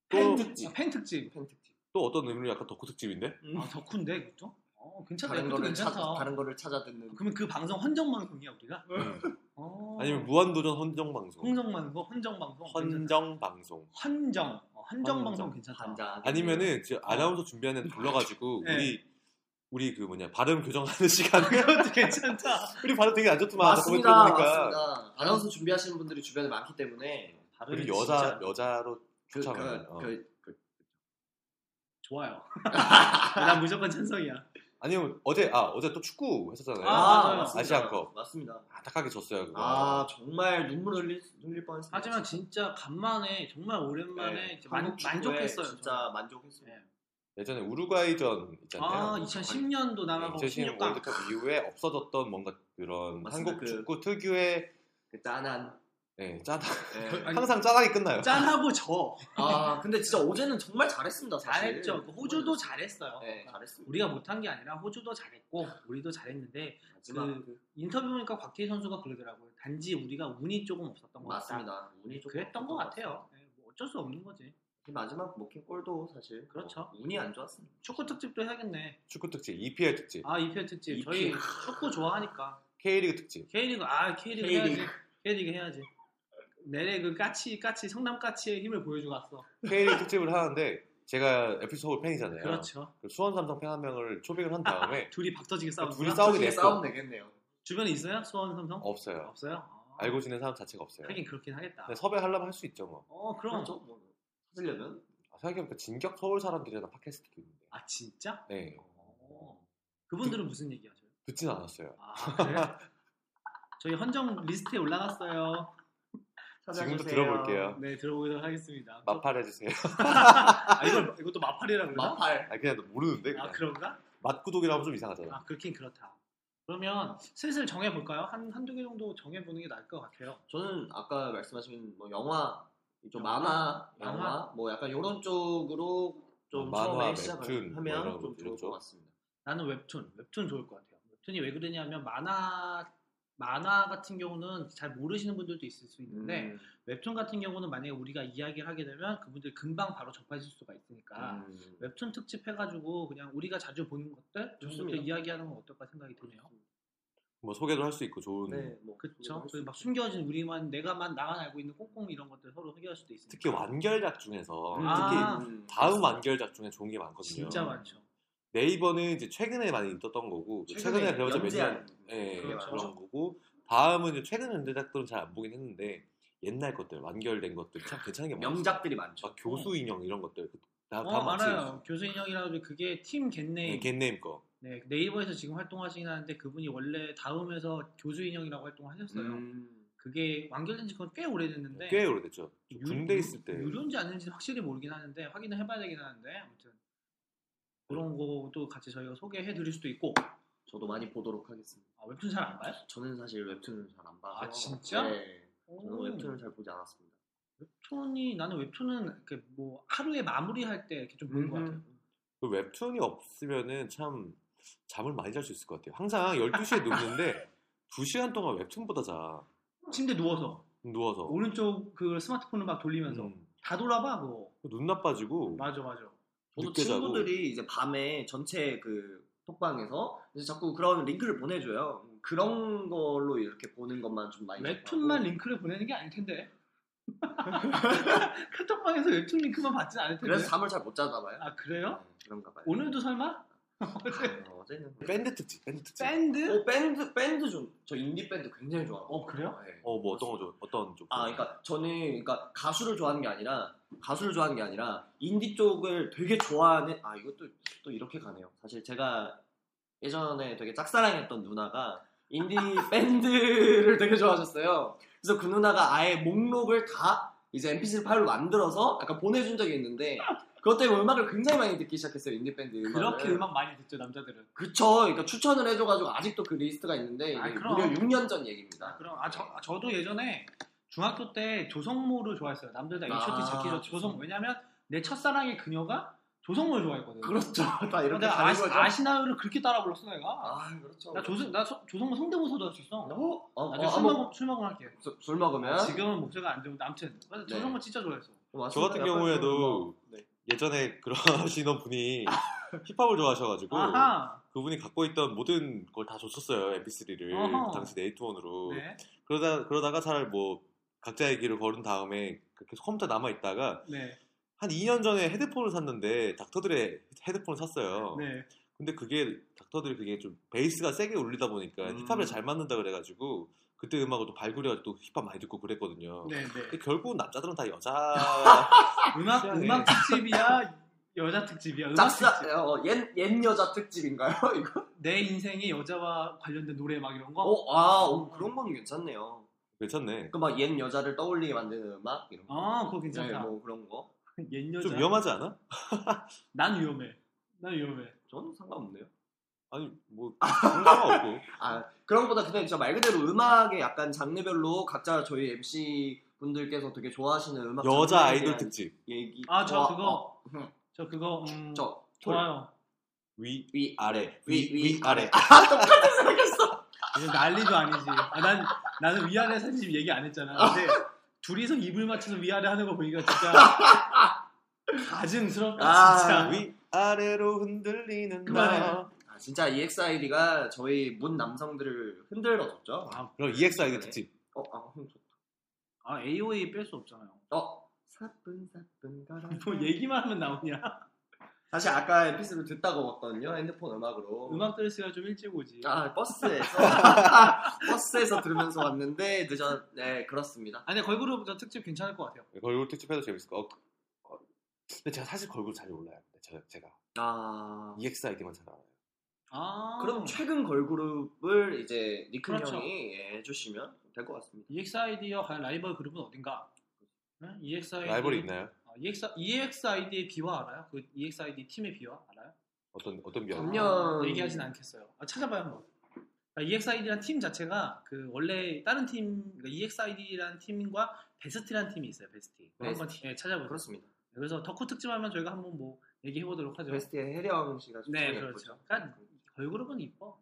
S2: 또-
S3: 팬 특집.
S1: 아, 팬 특집
S3: 팬 특집.
S2: 또 어떤 의미로 약간 덕후 특집인데?
S3: 음.
S1: 아 덕후인데 그것도? 어 괜찮다
S3: 다른
S1: 그것도
S3: 거를 찾
S1: 괜찮다
S3: 다른 거를 찾아 듣는
S1: 그러면 그 방송 헌정방송이야 우리가?
S2: 음.
S1: 어.
S2: 아니면 뭐? 무한도전 헌정방송
S1: 홍성방송 헌정방송 괜찮다.
S2: 헌정방송
S1: 헌정 어, 헌정방송
S2: 헌정.
S1: 괜찮다
S3: 환자. 음. 네.
S2: 아니면은 저 아나운서 준비하는 데 불러가지고
S1: 네.
S2: 우리 우리 그 뭐냐 발음 교정하는 [laughs] 시간
S1: 아, 그것도 괜찮다
S2: 우리 발음 되게 안 좋더만 아까
S3: 맞습니다.
S2: 코멘트 보니까.
S3: 맞습니다. 아나운서 준비하시는 분들이 주변에 많기 때문에
S1: 발음이
S2: 그리고
S1: 진짜
S2: 여자 여자로
S3: 그, 그,
S2: 추천하면 어.
S3: 그, 그,
S1: [laughs] 좋아요. 난 무조건 찬성이야.
S2: 아니면 어제 아 어제 또 축구 했었잖아요
S1: 아. 맞아요.
S3: 맞습니다.
S2: 아시안컵.
S3: 맞습니다.
S2: 안타깝게 졌어요 그거
S3: 아 정말 눈물 흘릴 흘릴 뻔했습니다.
S1: 하지만 진짜 간만에 정말
S3: 네,
S1: 오랜만에 이제 만,
S3: 한국 축구에
S1: 만족했어요.
S3: 네, 진짜 만족했어요.
S1: 저는. 네.
S2: 예전에 우루과이전 있잖아요.
S1: 아, 2010년도 남아고
S2: 2010
S1: 16강.
S2: 네, 월드컵 이후에 없어졌던 뭔가 그런
S3: 맞습니다.
S2: 한국
S3: 그-
S2: 축구 특유의
S3: 그 짠한.
S2: 네, 짜
S3: 예.
S2: 항상 짜다이 끝나요.
S1: 짠하고 져.
S3: 아 근데 진짜 어제는 정말 잘했습니다. 사실.
S1: 잘했죠. 그 호주도 잘했어요. 그러니까
S3: 네, 잘했습니다.
S1: 우리가 못한 게 아니라 호주도 잘했고 우리도 잘했는데 그
S3: 마지막
S1: 인터뷰 보니까 곽태희 선수가 그러더라고요. 단지 우리가 운이 조금 없었던 것 같다.
S3: 맞습니다. 운이 좀
S1: 그랬던 것
S3: 없었던
S1: 같아요. 네, 뭐 어쩔 수 없는 거지.
S3: 그 마지막 먹힌 골도 사실
S1: 그렇죠.
S3: 뭐 운이 안 좋았습니다.
S1: 축구 특집도 해야겠네.
S2: 축구 특집, EPL 특집,
S1: 아 EPL 특집. 저희
S3: EPL.
S1: 축구 좋아하니까
S2: K리그 특집.
S1: K리그 아 K리그
S3: K리그.
S1: 해야지. K리그 해야지. 내래 그 까치 까치 성남 까치의 힘을 보여주고 왔어.
S2: K리그 특집을 하는데 제가 FC 서울 팬이잖아요.
S1: 그렇죠.
S2: 그 수원 삼성 팬 한 명을 초빙을
S1: [laughs]
S2: 한 다음에
S1: 둘이 박 터지게 싸우는
S2: 둘이 싸우- 싸우게
S3: 솔직히
S2: 됐고.
S3: 싸움 되겠네요.
S1: 주변에 있어요? 수원 삼성?
S2: 없어요.
S1: 없어요? 아,
S2: 알고 지낸 사람 자체가 없어요. 네,
S1: 하긴 그렇긴 하겠다.
S2: 근데 섭외하려면 할 수 있죠 뭐.
S1: 어 그럼
S3: 그렇죠. 뭐, 찾으려면
S2: 아, 생각해보니까 진격 서울 사람들이라는 팟캐스트도 있는데.
S1: 아 진짜?
S2: 네,
S1: 어. 그분들은 무슨 얘기하셔요?
S2: 듣진 않았어요.
S1: 아 그래요?
S2: [laughs]
S1: 저희 헌정 리스트에 올라갔어요.
S3: 찾아주세요.
S2: 지금도 들어볼게요.
S1: 네 들어보도록 하겠습니다.
S2: 마팔해주세요.
S1: 아, 이걸 이것도 마팔이라 그러나?
S3: 마팔.
S2: 아 그냥 모르는데. 그냥.
S1: 아 그런가?
S2: 맛구독이라 하면 좀 이상하잖아.
S3: 네.
S1: 아 그렇긴 그렇다. 그러면 슬슬 정해 볼까요? 한 한두 개 정도 정해 보는 게 나을 것 같아요.
S3: 저는 아까 말씀하신 뭐 영화, 좀
S1: 영화?
S3: 만화,
S1: 영화?
S3: 영화, 뭐 약간 이런 쪽으로 좀
S2: 아, 만화,
S3: 처음에
S2: 웹툰,
S3: 시작을
S2: 뭐 이런
S3: 하면
S2: 것도
S3: 좀 좋을
S2: 있죠.
S3: 것 같습니다.
S1: 나는 웹툰, 웹툰 좋을 것 같아요. 웹툰이 왜 그러냐면 만화 만화 같은 경우는 잘 모르시는 분들도 있을 수 있는데
S3: 음,
S1: 웹툰 같은 경우는 만약에 우리가 이야기를 하게 되면 그분들 금방 바로 접하실 수가 있으니까
S3: 음.
S1: 웹툰 특집 해가지고 그냥 우리가 자주 보는 것들 좀더
S3: 좋습니다.
S1: 이야기하는 건 어떨까 생각이 드네요.
S2: 뭐 소개도 할 수 있고 좋은.
S3: 네, 뭐
S1: 그쵸?
S3: 할수
S1: 그리고 막
S3: 있죠.
S1: 숨겨진 우리만 내가만 나만 알고 있는 꽁꽁 이런 것들 서로 소개할 수도 있으니까.
S2: 특히 완결작 중에서
S3: 음,
S1: 아,
S3: 음.
S2: 다음 완결작 중에 좋은 게 많거든요.
S1: 진짜 많죠.
S2: 네이버는 이제 최근에 많이 있었던 거고 최근에, 배우자 몇 년,
S3: 연재한
S2: 예,
S3: 그게
S1: 그렇죠.
S2: 그런 거고 다음은 이제 최근 연재작들은 잘 안 보긴 했는데 옛날 것들 완결된 것들 참 괜찮은 게 많아요.
S3: 명작들이 많죠.
S2: 막 교수 인형 이런 것들 그- 다, 다
S1: 어
S2: 많지.
S1: 많아요. 교수 인형이라도 그게 팀
S2: 네,
S1: 겟네임.
S2: 겟네임 거.
S1: 네, 네이버에서 지금 활동하시긴 하는데 그분이 원래 다음에서 교수 인형이라고 활동을
S2: 아,
S1: 하셨어요.
S3: 음.
S1: 그게 완결된 지 그건 꽤 오래됐는데
S2: 꽤 오래됐죠.
S1: 유-
S2: 군대
S1: 유-
S2: 있을 때.
S1: 유료인지 아닌지 확실히 모르긴 하는데 확인을 해봐야 되긴 하는데 아무튼
S2: 네.
S1: 그런 것도 같이 저희가 소개해 드릴 수도 있고
S3: 저도 많이 보도록 하겠습니다.
S1: 아, 웹툰 잘 안 봐요?
S3: 저는 사실 웹툰을 잘 안 봐서
S1: 아, 진짜?
S3: 네, 저는
S1: 오.
S3: 웹툰을 잘 보지 않았습니다.
S1: 웹툰이 나는 웹툰은 이렇게 뭐 하루에 마무리할 때 이렇게 좀 보는 것 같아요.
S2: 그 웹툰이 없으면은 참 잠을 많이 잘 수 있을 것 같아요. 항상
S1: [laughs]
S2: 12시에 눕는데 2시간 동안 웹툰보다 자.
S1: 침대 누워서
S2: 누워서.
S1: 오른쪽 그 스마트폰을 막 돌리면서
S2: 음.
S1: 다 돌아봐 그거.
S2: 눈 나빠지고
S1: 맞아 맞아.
S3: 저도
S2: 늦게 자고.
S3: 친구들이 이제 밤에 전체 그 톡방에서 이제 자꾸 그런 링크를 보내줘요. 그런 걸로 이렇게 보는 것만 좀 많이
S1: 웹툰만
S3: 접하고.
S1: 링크를 보내는 게 아닐 텐데. [laughs] 카톡방에서 웹툰 링크만 받진 않을 텐데.
S3: 그래서 잠을 잘 못 자나 봐요.
S1: 아 그래요?
S3: 네, 그런가 봐요.
S1: 오늘도 설마?
S3: 아, 어제는
S2: 밴드 특집, 밴드 특집.
S1: 밴드?
S3: 오 밴드 밴드 좀 저 인디 밴드 굉장히 좋아.
S1: 어, 그래요?
S3: 네.
S2: 어, 뭐 어떤 거죠? 어떤 쪽?
S3: 아, 그러니까 저는 그러니까 가수를 좋아하는 게 아니라 가수를 좋아하는 게 아니라 인디 쪽을 되게 좋아하는 아 이것도 또 이렇게 가네요. 사실 제가 예전에 되게 짝사랑했던 누나가
S1: [laughs]
S3: 인디 밴드를 되게 좋아하셨어요. 그래서 그 누나가 아예 목록을 다 이제 MP3 파일로 만들어서 약간 보내준 적이 있는데 그것 때문에 음악을 굉장히 많이 듣기 시작했어요 인디 밴드 음악.
S1: 그렇게 음악 많이 듣죠 남자들은.
S3: 그쵸. 그러니까 추천을 해줘가지고 아직도 그 리스트가 있는데
S1: 아,
S3: 이게
S1: 그럼.
S3: 무려 6년 전 얘기입니다.
S1: 아, 그럼 아, 저, 아, 저도 예전에 중학교 때 조성모를 좋아했어요. 남들 다 H.O.T.
S3: 아,
S1: 재킷 조성모. 왜냐면 내 첫사랑의 그녀가 조성모를 좋아했거든.
S3: 그렇죠. [laughs] 다 이렇게
S1: 근데
S3: 가는 거죠.
S1: 아시, 아시나요를 그렇게 따라 불렀어 내가.
S3: 아, 그렇죠.
S1: 나 조성 나 소- 조성모 성대모사도 할 수 있어.
S3: 어? 어,
S1: 나중에
S3: 어,
S1: 술
S3: 한번
S1: 먹- 술 먹으면 할게.
S3: 술, 술 먹으면?
S1: 아, 지금은 목소리가 안 좋은데 아무튼 그래서
S3: 네.
S1: 조성모 진짜 좋아했어.
S3: 어,
S2: 저 같은
S3: 약간
S2: 경우에도
S3: 그런 거. 네.
S2: 예전에 그러시던 분이 힙합을 좋아하셔가지고
S1: 아하.
S2: 그분이 갖고 있던 모든 걸 다 줬었어요 MP3를 그
S1: 어허.
S2: 당시 네이트원으로
S1: 네.
S2: 그러다 그러다가 잘 뭐 각자의 길을 걸은 다음에 그렇게 컴퓨터 남아 있다가
S1: 네.
S2: 한 2년 전에 헤드폰을 샀는데 닥터들의 헤드폰을 샀어요.
S1: 네.
S2: 근데 그게 닥터들이 그게 좀 베이스가 세게 울리다 보니까
S3: 음.
S2: 힙합에 잘 맞는다 그래가지고 그때 음악을 또 발굴해 또 힙합 많이 듣고 그랬거든요.
S1: 네.
S2: 근데
S1: 네.
S2: 결국은 남자들은 다 여자
S1: 음악
S2: 시원해.
S1: 음악 특집이야. [laughs] 여자 특집이야. 음악
S3: 짝사,
S1: 특집.
S3: 어, 옛, 옛 여자 특집인가요? [laughs] 이거?
S1: 내 인생의 여자와 관련된 노래 막 이런 거.
S3: 어, 아,
S1: 음.
S3: 어, 그런 건 괜찮네요.
S2: 괜찮네.
S3: 그 막 옛 여자를 떠올리게 만드는 음악? 이런 거.
S1: 아, 그거 어, 괜찮다.
S3: 네, 뭐 그런 거.
S1: 옛 여자.
S2: 좀 위험하지 않아?
S1: 난 위험해. 난 위험해.
S3: 저는 상관없네요.
S2: 아니 뭐 상관없고
S3: 아 그런 것보다 그냥 진짜 말 그대로 음악의 약간 장르별로 각자 저희 MC 분들께서 되게 좋아하시는 음악
S2: 여자
S3: 장르에
S2: 아이돌
S3: 대한
S2: 특집
S3: 얘기.
S1: 아, 저
S3: 어,
S1: 그거.
S3: 어, 음,
S1: 저 그거 음,
S3: 저
S1: 좋아요.
S2: 위
S3: 위.
S2: 아래
S3: 위, 위,
S2: 위 아래
S1: 이제 난리도 아니지. 아, 난 나는 위아래 사실 지금 얘기 안 했잖아. 근데 [laughs] 둘이서 입을 맞춰서 위아래 하는 거 보니까 진짜 [laughs] 가증스럽다
S3: 아,
S1: 진짜.
S2: 위 아래로 흔들리는
S1: 그만해.
S2: 나
S3: 아, 진짜 EXID가 저희 문 남성들을 흔들어줬죠.
S1: 아,
S2: 그럼 EXID 특집
S3: 어, 아, 형, 저-
S1: 아 AOA 뺄 수 없잖아요.
S3: 어. 사뿐사뿐 가라.
S1: 뭐 얘기만 하면 나오냐?
S3: 사실 아까 에피소드 듣다가 왔거든요. 핸드폰 음악으로.
S1: 음악 들을 시간 좀 일찍 오지.
S3: 아 버스에서
S1: [laughs]
S3: 버스에서 들으면서 왔는데 늦었. 네 그렇습니다.
S1: 아니 걸그룹 저 특집 괜찮을 것 같아요.
S2: 걸그룹 특집해도 재밌을 것 같고 어, 어. 근데 제가 사실 걸그룹 잘 몰라요 저, 제가
S3: 아
S2: EXID만 잘 알아요
S1: 아
S3: 그럼 최근 걸그룹을 이제 니큰
S1: 그렇죠.
S3: 형이 예, 해주시면 될 것 같습니다.
S1: EXID와 과연 라이벌 그룹은 어딘가? 응? EXID
S2: 라이벌이 있나요?
S1: 아, EX, EXID의 비화 알아요? 그 EXID 팀의 비화 알아요? 아,
S2: 어떤 어떤 면?
S3: 음. 작년-
S1: 얘기하진 않겠어요. 아, 찾아봐요 한번. EXID란 팀 자체가 그 원래 다른 팀, 그러니까 EXID란 팀과 베스티란 팀이 있어요. 베스티. 그거 한번
S3: 베스티.
S1: 예, 찾아보세요.
S3: 그렇습니다.
S1: 그래서 덕후 특집하면 저희가 한번 뭐 얘기해 보도록 하죠.
S3: 베스트의 혜령 씨가 좀
S1: 네,
S3: 참여해
S1: 그렇죠.
S3: 보죠.
S1: 그러니까 걸그룹은 이뻐.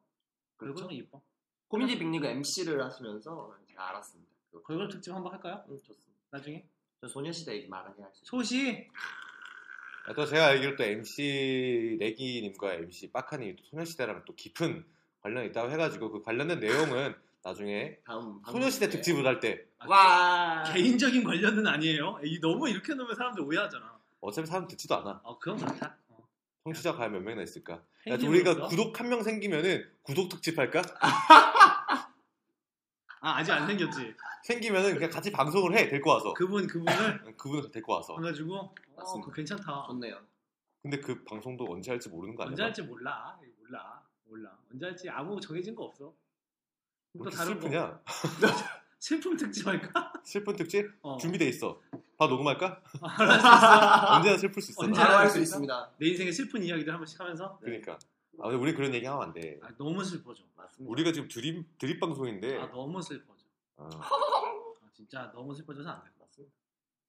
S3: 그렇죠.
S1: 걸그룹은 이뻐.
S3: 고민지 빅리그 MC를 하시면서 제가 알았습니다. 그거.
S1: 걸그룹 특집 한번 할까요?
S3: 음, 좋습니다.
S1: 나중에
S3: 저 소녀시대 얘기 많이 할수 있어요.
S1: 소시
S2: 아, 또 제가 알기로 또 MC 레기님과 MC 빠카님이 또 소녀시대랑 또 깊은 관련이 있다고 해가지고 그 관련된 내용은 나중에
S3: 다음 네. 방송
S2: 소녀시대
S3: 때.
S2: 특집을 할 때
S3: 와
S1: 개인적인 관련은 아니에요. 이 너무 이렇게 놓으면 사람들 오해하잖아.
S2: 어차피 사람 듣지도 않아
S1: 어, 그건 그렇다. 어.
S2: 청취자 과연 몇 명이나 있을까 야, 우리가 구독 한 명 생기면은 구독 특집 할까?
S1: 아 아직 안 생겼지.
S2: 생기면은 그냥 같이 방송을 해 데리고 와서
S1: 그분 그분을
S2: 그... 분을 데리고 와서
S1: 가지고 어,
S3: 맞습니다.
S1: 그거 괜찮다.
S3: 좋네요.
S2: 근데 그 방송도 언제 할지 모르는 거
S1: 언제
S2: 아니야?
S1: 할지 몰라. 몰라. 몰라. 언제 할지 아무 정해진 거 없어.
S2: 왜
S1: 또
S2: 이렇게
S1: 다른 거.
S2: 슬프냐?
S1: 슬픔 특집
S3: [laughs]
S1: 할까?
S2: [laughs] 슬픈 특집?
S1: 어.
S2: 준비돼 있어 바로 녹음할까?
S3: 아,
S2: [laughs] 언제나 슬플 수 있어
S1: 언제-
S2: 나.
S3: 바로 할 수 있습니다.
S1: 내 인생의 슬픈 이야기들 한 번씩 하면서
S2: 그러니까 아, 근데 우리 그런 얘기 하면 안돼
S1: 아, 너무 슬퍼져.
S3: 네. 맞습니다. 네.
S2: 우리가 지금 드립 드립 방송인데
S1: 아 너무 슬퍼져.
S2: 어,
S1: 아, 진짜 너무 슬퍼져서 안 돼.
S3: 맞습니다.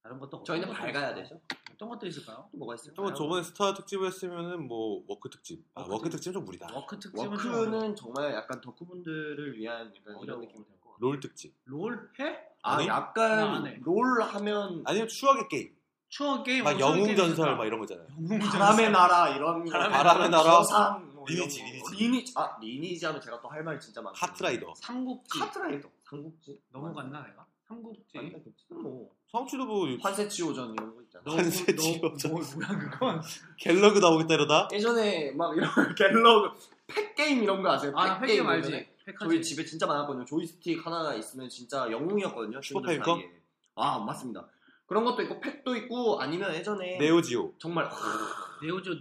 S1: 다른 것도
S3: 저희는
S1: 어떤 것도
S3: 밝아야
S1: 있을까요?
S3: 되죠.
S1: 어떤 것도 있을까요?
S3: 또 뭐가 있을까요?
S2: 또 어, 저번에 스타 특집을 했으면은 뭐 워크 특집. 아
S3: 워크
S2: 워크 특집 좀 무리다.
S1: 워크 특집은 좀 어려워.
S3: 뭐 워크는 정말 약간 덕후분들을 위한 약간 이런
S1: 어려워.
S3: 느낌이 될 것 같아요.
S2: 롤 특집.
S1: 롤 해?
S3: 아
S2: 아니?
S1: 나안 해.
S3: 약간 롤 하면
S2: 아니면 추억의 게임.
S1: 뭐 추억 게임.
S2: 막
S1: 엄청
S2: 영웅
S1: 게임
S2: 전설
S1: 있을까?
S2: 막 이런 거 있잖아요.
S1: 영웅 전설.
S3: 바람의 나라 이런 거.
S2: 바람의 바람의 나라.
S3: 저상 뭐 이런
S2: 리니지,
S3: 거.
S2: 리니지.
S3: 리니지 아 리니지 하면 제가 또 할 말이 진짜 많아요.
S2: 카트라이더.
S1: 삼국지.
S3: 카트라이더 삼국지
S1: 넘어갔나 내가?
S2: 네.
S1: 삼국지.
S3: 아니, 그치, 뭐
S2: 성추도 뭐
S3: 환세치오전 이런 거 있잖아.
S1: 너무-
S2: 관세
S1: 너무-
S2: 지워져.
S1: 너무 뭐야 그건?
S2: 갤러그 나오겠다 이러다.
S3: 예전에 막 이런 [laughs] 갤러그 팩 게임 이런 거 아세요?
S1: 아나 팩게 말지.
S3: 예전에
S1: 팩하지.
S3: 저희 집에 진짜 많았거든요. 조이스틱 하나 있으면 진짜 영웅이었거든요.
S2: 슈퍼
S3: 친구들
S2: 페이커?
S3: 사이에. 아 맞습니다. 그런 것도 있고 팩도 있고 아니면 예전에
S2: 네오지오.
S3: 정말
S1: 네오조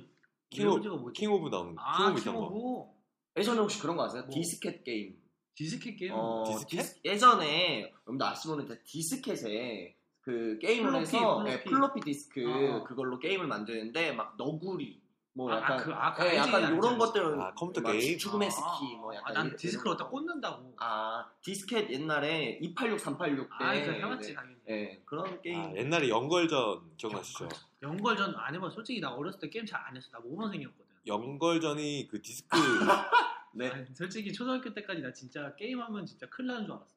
S2: 킹오-
S1: 네오조가 뭐지?
S2: 킹오브 나오는 거.
S1: 아
S2: 킹오브 있던 거.
S1: 킹오브
S3: 예전에 혹시 그런 거 아세요?
S1: 뭐.
S3: 디스켓 게임.
S1: 디스켓 게임.
S3: 어,
S2: 디스켓?
S3: 디스- 예전에 여러분들 아시면 이제 디스켓에 그 게임을
S1: 플로피,
S3: 해서
S1: 플로피.
S3: 네, 플로피 디스크
S1: 어.
S3: 그걸로 게임을 만드는데 막 너구리 뭐
S1: 아,
S3: 약간
S1: 아, 그- 아, 그
S3: 예,
S1: 알지,
S3: 약간
S1: 알지,
S3: 요런
S1: 알지.
S3: 것들
S2: 아, 컴퓨터
S3: 막
S2: 게임?
S3: 죽음의
S1: 아,
S3: 스키 뭐 약간
S1: 아, 난
S3: 이런-
S1: 디스크를 갖다 꽂는다고. 아,
S3: 아 디스켓 옛날에 286, 386 때.
S1: 이거 해봤지 당연히.
S3: 네, 네, 그런 게임.
S2: 아, 옛날에 연걸전 기억나시죠?
S1: 예. 연걸 전 안 해봐. 솔직히 나 어렸을 때 게임 잘 안 했어. 나 모범생이었거든.
S2: 연걸전이 그 디스크
S3: 네.
S1: 아니, 솔직히 초등학교 때까지 나 진짜 게임하면 진짜 큰일 나는 줄 알았어.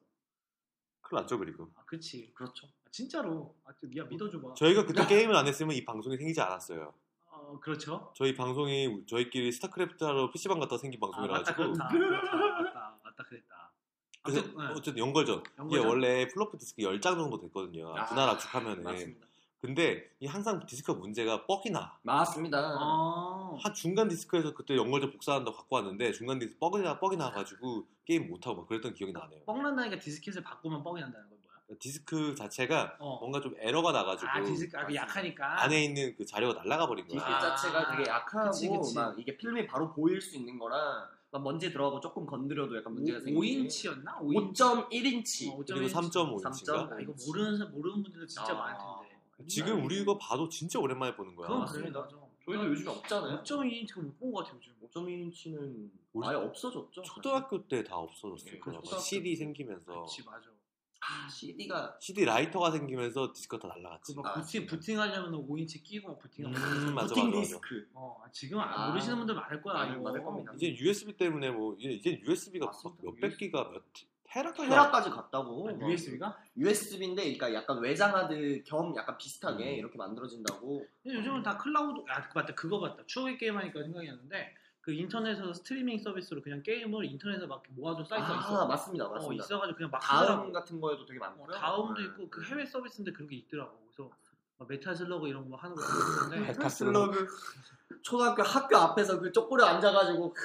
S2: 큰일 났죠 그리고.
S1: 아, 그치.
S3: 그렇죠.
S1: 아, 진짜로. 아, 좀, 야, 믿어줘봐.
S2: 저희가 그때 게임을 안 했으면 이 방송이 생기지 않았어요.
S1: 어, 그렇죠.
S2: 저희 방송이 저희끼리 스타크래프트 하러 PC방 갔다 생긴
S1: 아, 맞다,
S2: 방송이라가지고
S1: 그렇다. 그렇다. 맞다, 맞다, 그랬다.
S2: 그래서
S1: 아무튼, 응.
S2: 어쨌든 연걸전. 이게
S1: 연걸전?
S2: 원래 플로프 디스크 10장 정도 됐거든요.
S3: 아,
S2: 분할 압축하면은.
S3: 맞습니다.
S2: 근데 이 항상 디스크가 문제가 뻑이 나.
S3: 맞습니다.
S1: 어.
S2: 한 중간 디스크에서 그때 연결제 복사한다고 갖고 왔는데 중간 디스크 뻑이 나 뻑이 나가지고 게임 못 하고 막 그랬던 기억이 나네요. 그러니까
S1: 뻥난다니까 디스켓을 바꾸면 뻥이 난다는 건 뭐야?
S2: 디스크 자체가
S1: 어.
S2: 뭔가 좀 에러가 나가지고
S1: 아, 디스켓, 아, 그 약하니까.
S2: 안에 있는 그 자료가 날아가 버린 거야.
S3: 디스켓
S1: 아,
S3: 자체가 되게 약하고
S1: 그치, 그치.
S3: 막 이게 필름이 바로 보일 수 있는 거라 막 먼지 들어가고 조금 건드려도 약간 문제가 생기는
S1: 5인치였나? 어, 아,
S3: 5.1인치
S2: 그리고 3.5인치인가?
S3: 3.5.
S1: 이거 모르는, 사람- 모르는 분들도 진짜
S3: 아,
S1: 많을 텐데.
S2: 지금 우리 이거 봐도 진짜 오랜만에 보는 거야.
S1: 그건
S3: 맞습니다.
S1: 그래요. 좀.
S3: 저희도 요즘에 없잖아요.
S1: 5.2인 제가 못 본 것 같아요 요즘.
S3: 5.2인치는
S2: 우리-
S3: 아예 없어졌죠.
S2: 초등학교 때 다
S3: 예,
S2: 없어졌을
S3: 그
S2: 거예요. 아마
S3: 초등학교
S2: CD 생기면서
S1: 그렇지 맞아.
S3: 아, CD가
S2: CD 라이터가 생기면서 디스크 다 날라갔지.
S1: 그막
S3: 아,
S1: 부팅 부팅하려면 5인치 끼고 막 부팅하고.
S2: 음, 맞아
S3: 부팅
S2: 맞아 맞아.
S3: 디스크.
S1: 어 지금 안
S3: 아.
S1: 모르시는 분들 많을 거야.
S3: 많을-
S1: 이거.
S3: 많을 겁니다.
S2: 이제 USB 때문에 뭐 이제- 이제 USB가
S3: 맞습니다.
S2: 몇백 기가 몇 테라까지 나-
S3: 아, 테라까지 갔다고.
S1: 아, USB가?
S3: USB인데, 그러니까 약간 외장하드 겸 약간 비슷하게
S2: 음.
S3: 이렇게 만들어진다고.
S1: 근데 요즘은 다 클라우드. 아 맞다 그거 같다. 추억의 게임 하니까 생각이 나는데 그 인터넷에서 스트리밍 서비스로 그냥 게임을 인터넷에 막 이렇게 모아준 사이트가
S3: 아,
S1: 있어.
S3: 맞습니다,
S1: 어,
S3: 맞습니다.
S1: 있어가지고 그냥 막
S3: 다음
S1: 하더라고.
S3: 같은 거에도 되게 많고요.
S1: 어, 다음도
S3: 네.
S1: 있고 그 해외 서비스인데 그런 게 있더라고. 그래서 막 메탈 슬러그 이런 거
S3: [laughs]
S1: 하는 거 보는데
S3: 슬러그 초등학교 학교 앞에서 그 쪼꼬려 앉아가지고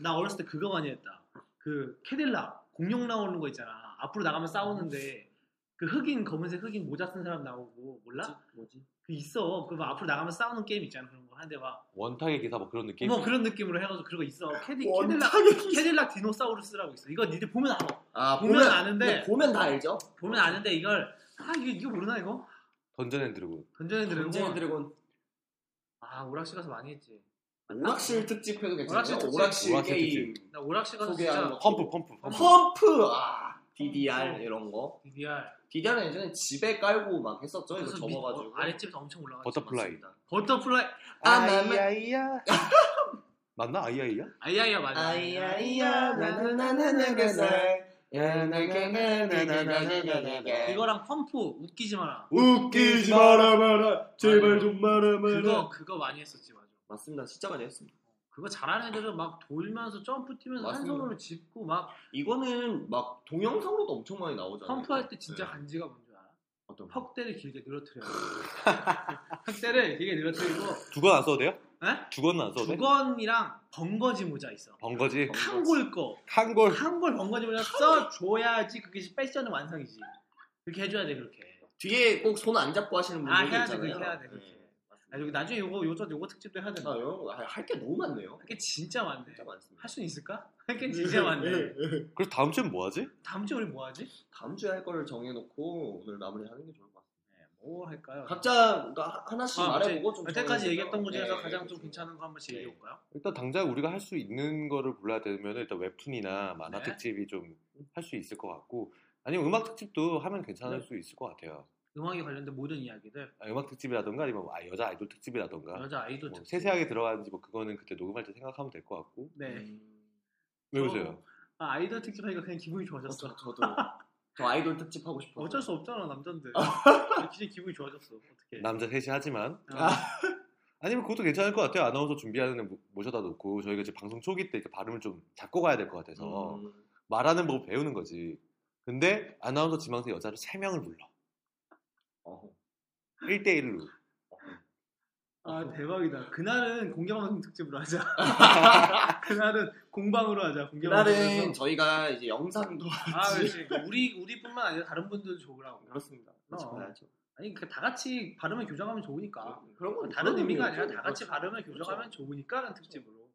S1: 나 어렸을 때 그거 많이 했다. 그 캐딜락 공룡 나오는 거 있잖아. 앞으로 나가면 싸우는데 그 흑인 검은색 흑인 모자 쓴 사람 나오고 몰라?
S3: 뭐지?
S1: 그 있어. 그막 앞으로 나가면 싸우는 게임 있잖아 그런 거 하는데 막
S2: 원탁의 기사 뭐 그런 느낌.
S1: 뭐 그런 느낌으로 해가지고 그런 거 있어. 캐디 캐딜락
S3: 원탁이
S1: [laughs] 캐딜락 디노사우루스라고 있어. 이거 니들 보면 알아.
S3: 아
S1: 보면 아는데.
S3: 근데 보면 다 알죠.
S1: 보면 아는데 이걸 아 이거 이거 모르나 이거?
S2: 던전앤드래곤.
S1: 던전의 드래곤.
S3: 던전의 드래곤
S1: 아 오락실 가서 많이 했지.
S3: 오락실 특집 해도
S1: 오락실
S3: 괜찮아요.
S1: 특집.
S3: 오락실,
S2: 오락실
S3: 게임
S1: 나 오락실 가서
S3: 소개하는
S1: 진짜
S3: 거.
S2: 펌프 펌프 펌프.
S3: 어, 펌프 아 DDR
S1: 펌프.
S3: 이런 거
S1: DDR
S3: DDR은 예전에 집에 깔고 막 했었죠. 이거
S1: 그래서 밑-
S3: 접어가지고
S1: 어, 아랫집에서 엄청 올라갔지.
S2: 버터플라이.
S3: 맞습니다.
S1: 버터플라이.
S3: 아나나
S2: 아이야. 맞나 아이야이야?
S1: 아이아이야 맞아.
S3: 아이야이야 나나나나나나 나나나나나나나
S1: 이거랑 펌프 웃기지 마라.
S3: 웃기지 마라 마라
S1: 제발
S3: 좀 마라
S1: 그거 그거 많이 했었지 맞아.
S3: 맞습니다 진짜 많이 했습니다
S1: 그거 잘하는 애들은 막 돌면서 점프 뛰면서 한
S3: 맞습니다.
S1: 손으로 짚고 막
S3: 이거는 막 동영상으로도 엄청 많이 나오잖아요
S1: 펌프할 때 진짜
S3: 네.
S1: 간지가 뭔 줄 알아?
S3: 어떤 거?
S1: 턱대를 길게 늘어뜨려. [laughs] 턱대를 길게 늘어뜨리고
S2: 두건 안 써도 돼요?
S1: 에?
S2: 두건 안 써도 돼?
S1: 두건이랑 번거지 모자 있어.
S2: 번거지.
S1: 한골 거.
S2: 한골.
S1: 한골 번거지 모자 써 줘야지 그게 패션의 완성이지. 그렇게 해줘야 돼 그렇게.
S3: 뒤에 꼭 손 안 잡고 하시는
S1: 아
S3: 분들도
S1: 해야 돼
S3: 음, 있잖아요
S1: 그렇게 해야 돼 그렇게.
S3: 네.
S1: 아, 여기 나중에 요거 요거 요거 특집도 해야 된다.
S3: 아, 이런 거 할 게 너무 많네요
S1: 이게 진짜 많네.
S3: 진짜 많습니다
S1: 할 수 있을까? [laughs] 할게 진짜 많네.
S2: 그래서 다음 주엔 뭐 하지?
S1: 다음 주에 우리 뭐 하지?
S3: 다음 주에 할 거를 정해놓고 오늘 마무리하는 게 좋을 것 같습니다
S1: 뭐 할까요?
S3: 각자 나 하나씩
S1: 아,
S3: 말해보고 좀
S1: 여태까지
S3: 정해보자.
S1: 얘기했던 것 중에서
S3: 네,
S1: 가장
S3: 네,
S1: 좀
S3: 그렇죠.
S1: 괜찮은 거 한 번씩
S3: 네.
S1: 얘기해 볼까요?
S2: 일단 당장 우리가 할 수 있는 거를 골라야 되면 일단 웹툰이나 만화
S1: 네.
S2: 특집이 좀 할 수 있을 것 같고 아니면 음악 특집도 하면 괜찮을
S1: 네.
S2: 수 있을 것 같아요.
S1: 음악에 관련된 모든 이야기들
S2: 아, 음악 특집이라던가 아니면 뭐 아, 여자 아이돌 특집이라던가
S1: 여자 아이돌 그렇죠.
S2: 뭐
S1: 특집.
S2: 세세하게 들어가는지 뭐 그거는 그때 녹음할 때 생각하면 될 것 같고
S3: 음.
S1: 네.
S2: 왜
S1: 어,
S2: 그러세요?
S1: 아, 아이돌 특집 하니까 그냥 기분이 좋아졌어.
S3: 저, 저도 저 아이돌 특집 하고 싶어서
S1: 어쩔 수 없잖아 남잔데. 진짜 기분이 좋아졌어. 어떻게?
S2: 남자 셋이 하지만
S1: 네. 아,
S2: 아니면 그것도 괜찮을 것 같아요. 아나운서 준비하는 데 모- 모셔다 놓고 저희가 지금 방송 초기 때 이렇게 발음을 좀 잡고 가야 될 것 같아서
S3: 음.
S2: 말하는 법을 배우는 거지. 근데 아나운서 지망생 여자를 3명을 불러.
S3: 어허.
S2: 1대1로.
S1: 아 대박이다. 그날은 공개방송 특집으로
S3: [laughs]
S1: 하자. 그날은 공방으로 하자.
S3: 그날은
S1: 공개방송에서.
S3: 저희가 이제 영상도 [laughs]
S1: 아 그렇지. 우리 우리뿐만 아니라 다른 분들도 좋으라고.
S3: 그렇습니다.
S1: 어.
S3: 그렇죠.
S1: 아니 그러니까 다 같이 발음을 교정하면 좋으니까. 뭐
S3: 그런 건
S1: 다른
S3: 네. 그런
S1: 의미가
S3: 의미였죠.
S1: 아니라 다 같이
S3: 그렇죠.
S1: 발음을 교정하면
S3: 그렇죠.
S1: 좋으니까라는 특집으로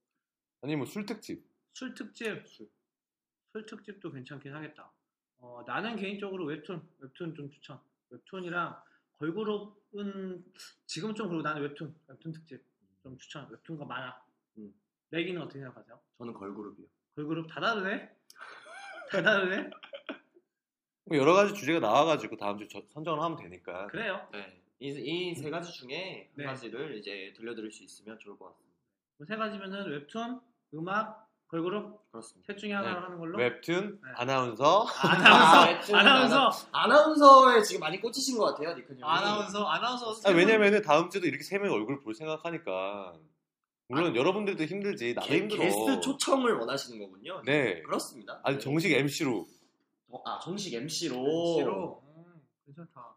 S2: 아니면 뭐 술 특집.
S1: 술 특집
S3: 술.
S1: 술 특집도 괜찮긴 하겠다. 어, 나는 개인적으로 웹툰 웹툰 좀 추천. 웹툰이랑 걸그룹은 지금 좀 그리고 나는 웹툰 웹툰 특집 좀 추천. 웹툰과 만화.
S3: 음.
S1: 레기는 어떻게 생각하세요?
S3: 저는 걸그룹이요.
S1: 걸그룹 다 다르네. 다 다르네.
S2: 뭐 여러 가지 주제가 나와가지고 다음 주에 저- 선정을 하면 되니까.
S1: 그래요.
S3: 네. 이세 가지 중에 한
S1: 네.
S3: 가지를 이제 들려드릴 수 있으면 좋을 것 같습니다.
S1: 뭐세 가지면은 웹툰, 음악, 걸그룹
S3: 그렇습니다.
S1: 셋 중에 하나를
S2: 네.
S1: 하는 걸로.
S2: 웹툰,
S1: 네.
S2: 아나운서,
S3: 아,
S1: 아나운서
S3: 웹툰,
S1: 아나운서
S3: 아나운서에 지금 많이 꽂히신 것 같아요, 니크님.
S1: 아나운서 아나운서
S2: 아, 왜냐면은 다음 주도 이렇게 세 명의 얼굴 볼 생각하니까 물론 여러분들도 힘들지 나도
S3: 아. 게,
S2: 힘들어.
S3: 게스트 초청을 원하시는 거군요.
S2: 네.
S3: 아, 그렇습니다.
S2: 아니
S3: 네.
S2: 정식 MC로
S3: 어, 아 정식 MC로.
S1: MC로 음, 괜찮다.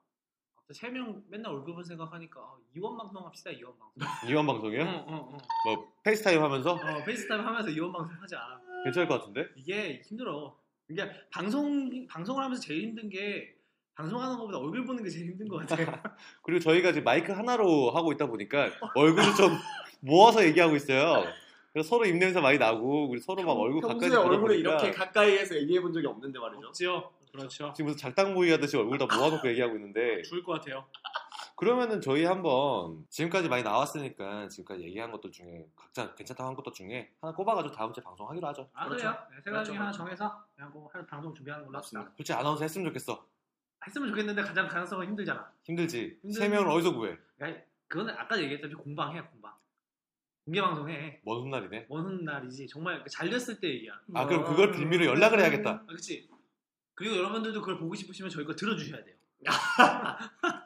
S1: 세 명 맨날 얼굴 본 생각하니까 아, 이원 방송 합시다 이원 방송.
S2: 이원
S3: 네?
S2: 방송이요?
S3: 음.
S1: 어어어.
S2: 뭐 페이스타임 하면서
S1: 어, 페이스타임 하면서 이원 방송 하자.
S2: 괜찮을 것 같은데?
S1: 이게 힘들어. 그러니까 방송 방송을 하면서 제일 힘든 게 방송하는 것보다 얼굴 보는 게 제일 힘든 것
S3: [laughs]
S1: 같아.
S2: 그리고 저희가 지금 마이크 하나로 하고 있다 보니까 얼굴을 좀 [laughs] 모아서 얘기하고 있어요. 그래서 서로 입냄새 많이 나고 우리 서로 막 얼굴 가까이
S3: 평소에 얼굴을 이렇게 가까이에서 얘기해 본 적이 없는데 말이죠.
S1: 없지요. 그렇죠.
S2: 지금 무슨 작당 모의 하듯이 얼굴 다 모아놓고 얘기하고 있는데
S1: 죽을 것 같아요.
S2: 그러면은 저희 한번 지금까지 많이 나왔으니까 지금까지 얘기한 것들 중에 각자 괜찮다고 한 것들 중에 하나 꼽아가지고 다음 주에 방송하기로 하죠.
S1: 아
S3: 그렇죠.
S1: 그래요? 네, 세 가지 중에
S3: 그렇죠.
S1: 하나 정해서 그냥 뭐 하루 방송 준비하는 걸로 합시다.
S3: 맞습니다.
S2: 그렇죠? 솔직히 아나운서 했으면 좋겠어.
S1: 했으면 좋겠는데 가장 가능성은 힘들잖아.
S2: 힘들지.
S1: 힘들지.
S2: 세 명을 어디서 구해?
S1: 그러니까 그거는 아까 얘기했듯이 공방해 공방. 공개 방송해.
S2: 먼 훗날이네.
S1: 어느 날이지 정말 그 잘렸을 때 얘기야.
S2: 아 그럼 그걸 빌미로 연락을 해야겠다.
S1: 아, 그치 그리고 여러분들도 그걸 보고 싶으시면 저희 거 들어주셔야 돼요.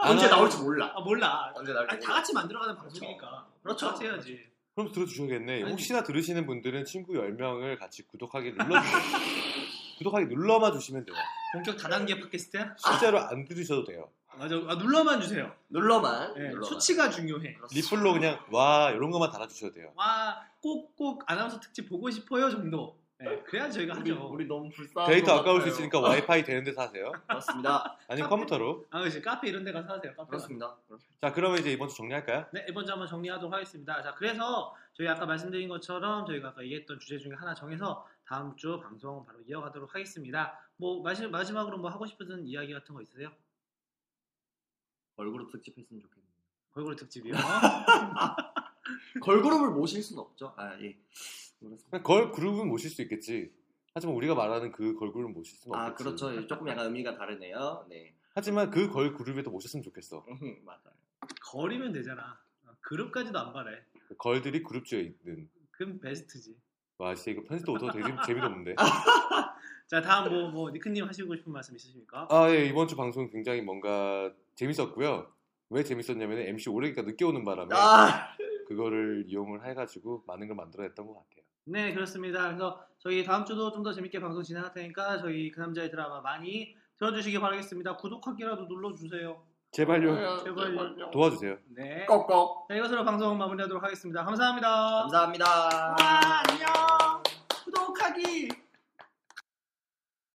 S3: 언제 나올지 몰라.
S1: 아 몰라.
S3: 언제 나올지
S1: 아니,
S3: 몰라.
S1: 다 같이 만들어가는 방송이니까.
S3: 그렇죠.
S1: 같이 해야지.
S2: 그럼 들어주셔야겠네.
S1: 아니.
S2: 혹시나 들으시는 분들은 친구 10명을 같이 구독하기 눌러주세요. [laughs] 구독하기 눌러만 주시면 돼요.
S1: 본격 다단계 팟캐스트야?
S2: 실제로 안 들으셔도 돼요.
S1: 맞아. 아, 눌러만 주세요.
S3: 눌러만.
S1: 예,
S3: 눌러만.
S1: 수치가 중요해.
S3: 그렇습니다.
S2: 리플로 그냥 와 이런 것만 달아주셔도 돼요.
S1: 와, 꼭꼭 아나운서 특집 보고 싶어요 정도. 네, 그래야 저희가
S3: 우리,
S1: 하죠.
S3: 우리 너무 불쌍한
S2: 데이터
S3: 것
S2: 아까울 수
S3: 같아요.
S2: 있으니까 와이파이 되는 데서 하세요.
S3: 그렇습니다.
S2: 아니면 컴퓨터로.
S1: 아, 그치. 카페 이런 데 가서 하세요. 카페.
S3: 그렇습니다.
S2: 자 그러면 이제 이번 주 정리할까요?
S1: 네, 이번 주 한번 정리하도록 하겠습니다. 자, 그래서 저희 아까 말씀드린 것처럼 저희가 아까 얘기했던 주제 중에 하나 정해서 다음 주 방송 바로 이어가도록 하겠습니다. 뭐 마지, 마지막으로 뭐 하고 싶은 이야기 같은 거 있으세요?
S3: 걸그룹 특집했으면 좋겠네요.
S1: 걸그룹 특집이요. [laughs]
S3: 걸그룹을 모실 수는 없죠. 아 예. 그렇습니다.
S2: 그냥 걸 그룹은 모실 수 있겠지. 하지만 우리가 말하는 그 걸그룹은 모실 수는 없겠지.
S3: 아 그렇죠. 예, 조금 약간 의미가 다르네요. [laughs] 네.
S2: 하지만 그 걸 그룹에도 모셨으면 좋겠어.
S3: 음, 맞아요.
S1: 걸이면 되잖아. 어, 그룹까지도 안 바래.
S2: 그 걸들이 그룹지에 있는.
S1: 그럼 베스트지.
S2: 와 진짜 이거 편집도 못하고 되게 재미도 없는데.
S1: 자, 다음 뭐, 뭐 니크님 하시고 싶은 말씀 있으십니까?
S2: 아, 예, 이번 주 방송 굉장히 뭔가 재밌었고요. 왜 재밌었냐면 MC 오래기가 늦게 오는 바람에
S3: 아
S2: 그거를 이용을 해가지고 많은 걸 만들어냈던 것 같아요.
S1: 네, 그렇습니다. 그래서 저희 다음 주도 좀 더 재밌게 방송 진행할 테니까 저희 그 남자의 드라마 많이 들어주시기 바라겠습니다. 구독하기라도 눌러주세요. 아, 예.
S2: 제발요
S1: 제발요.
S2: 도와주세요.
S1: 네.
S3: 꼭꼭.
S1: 자, 이것으로 방송 마무리하도록 하겠습니다. 감사합니다.
S3: 감사합니다.
S1: 와, 안녕. 구독하기.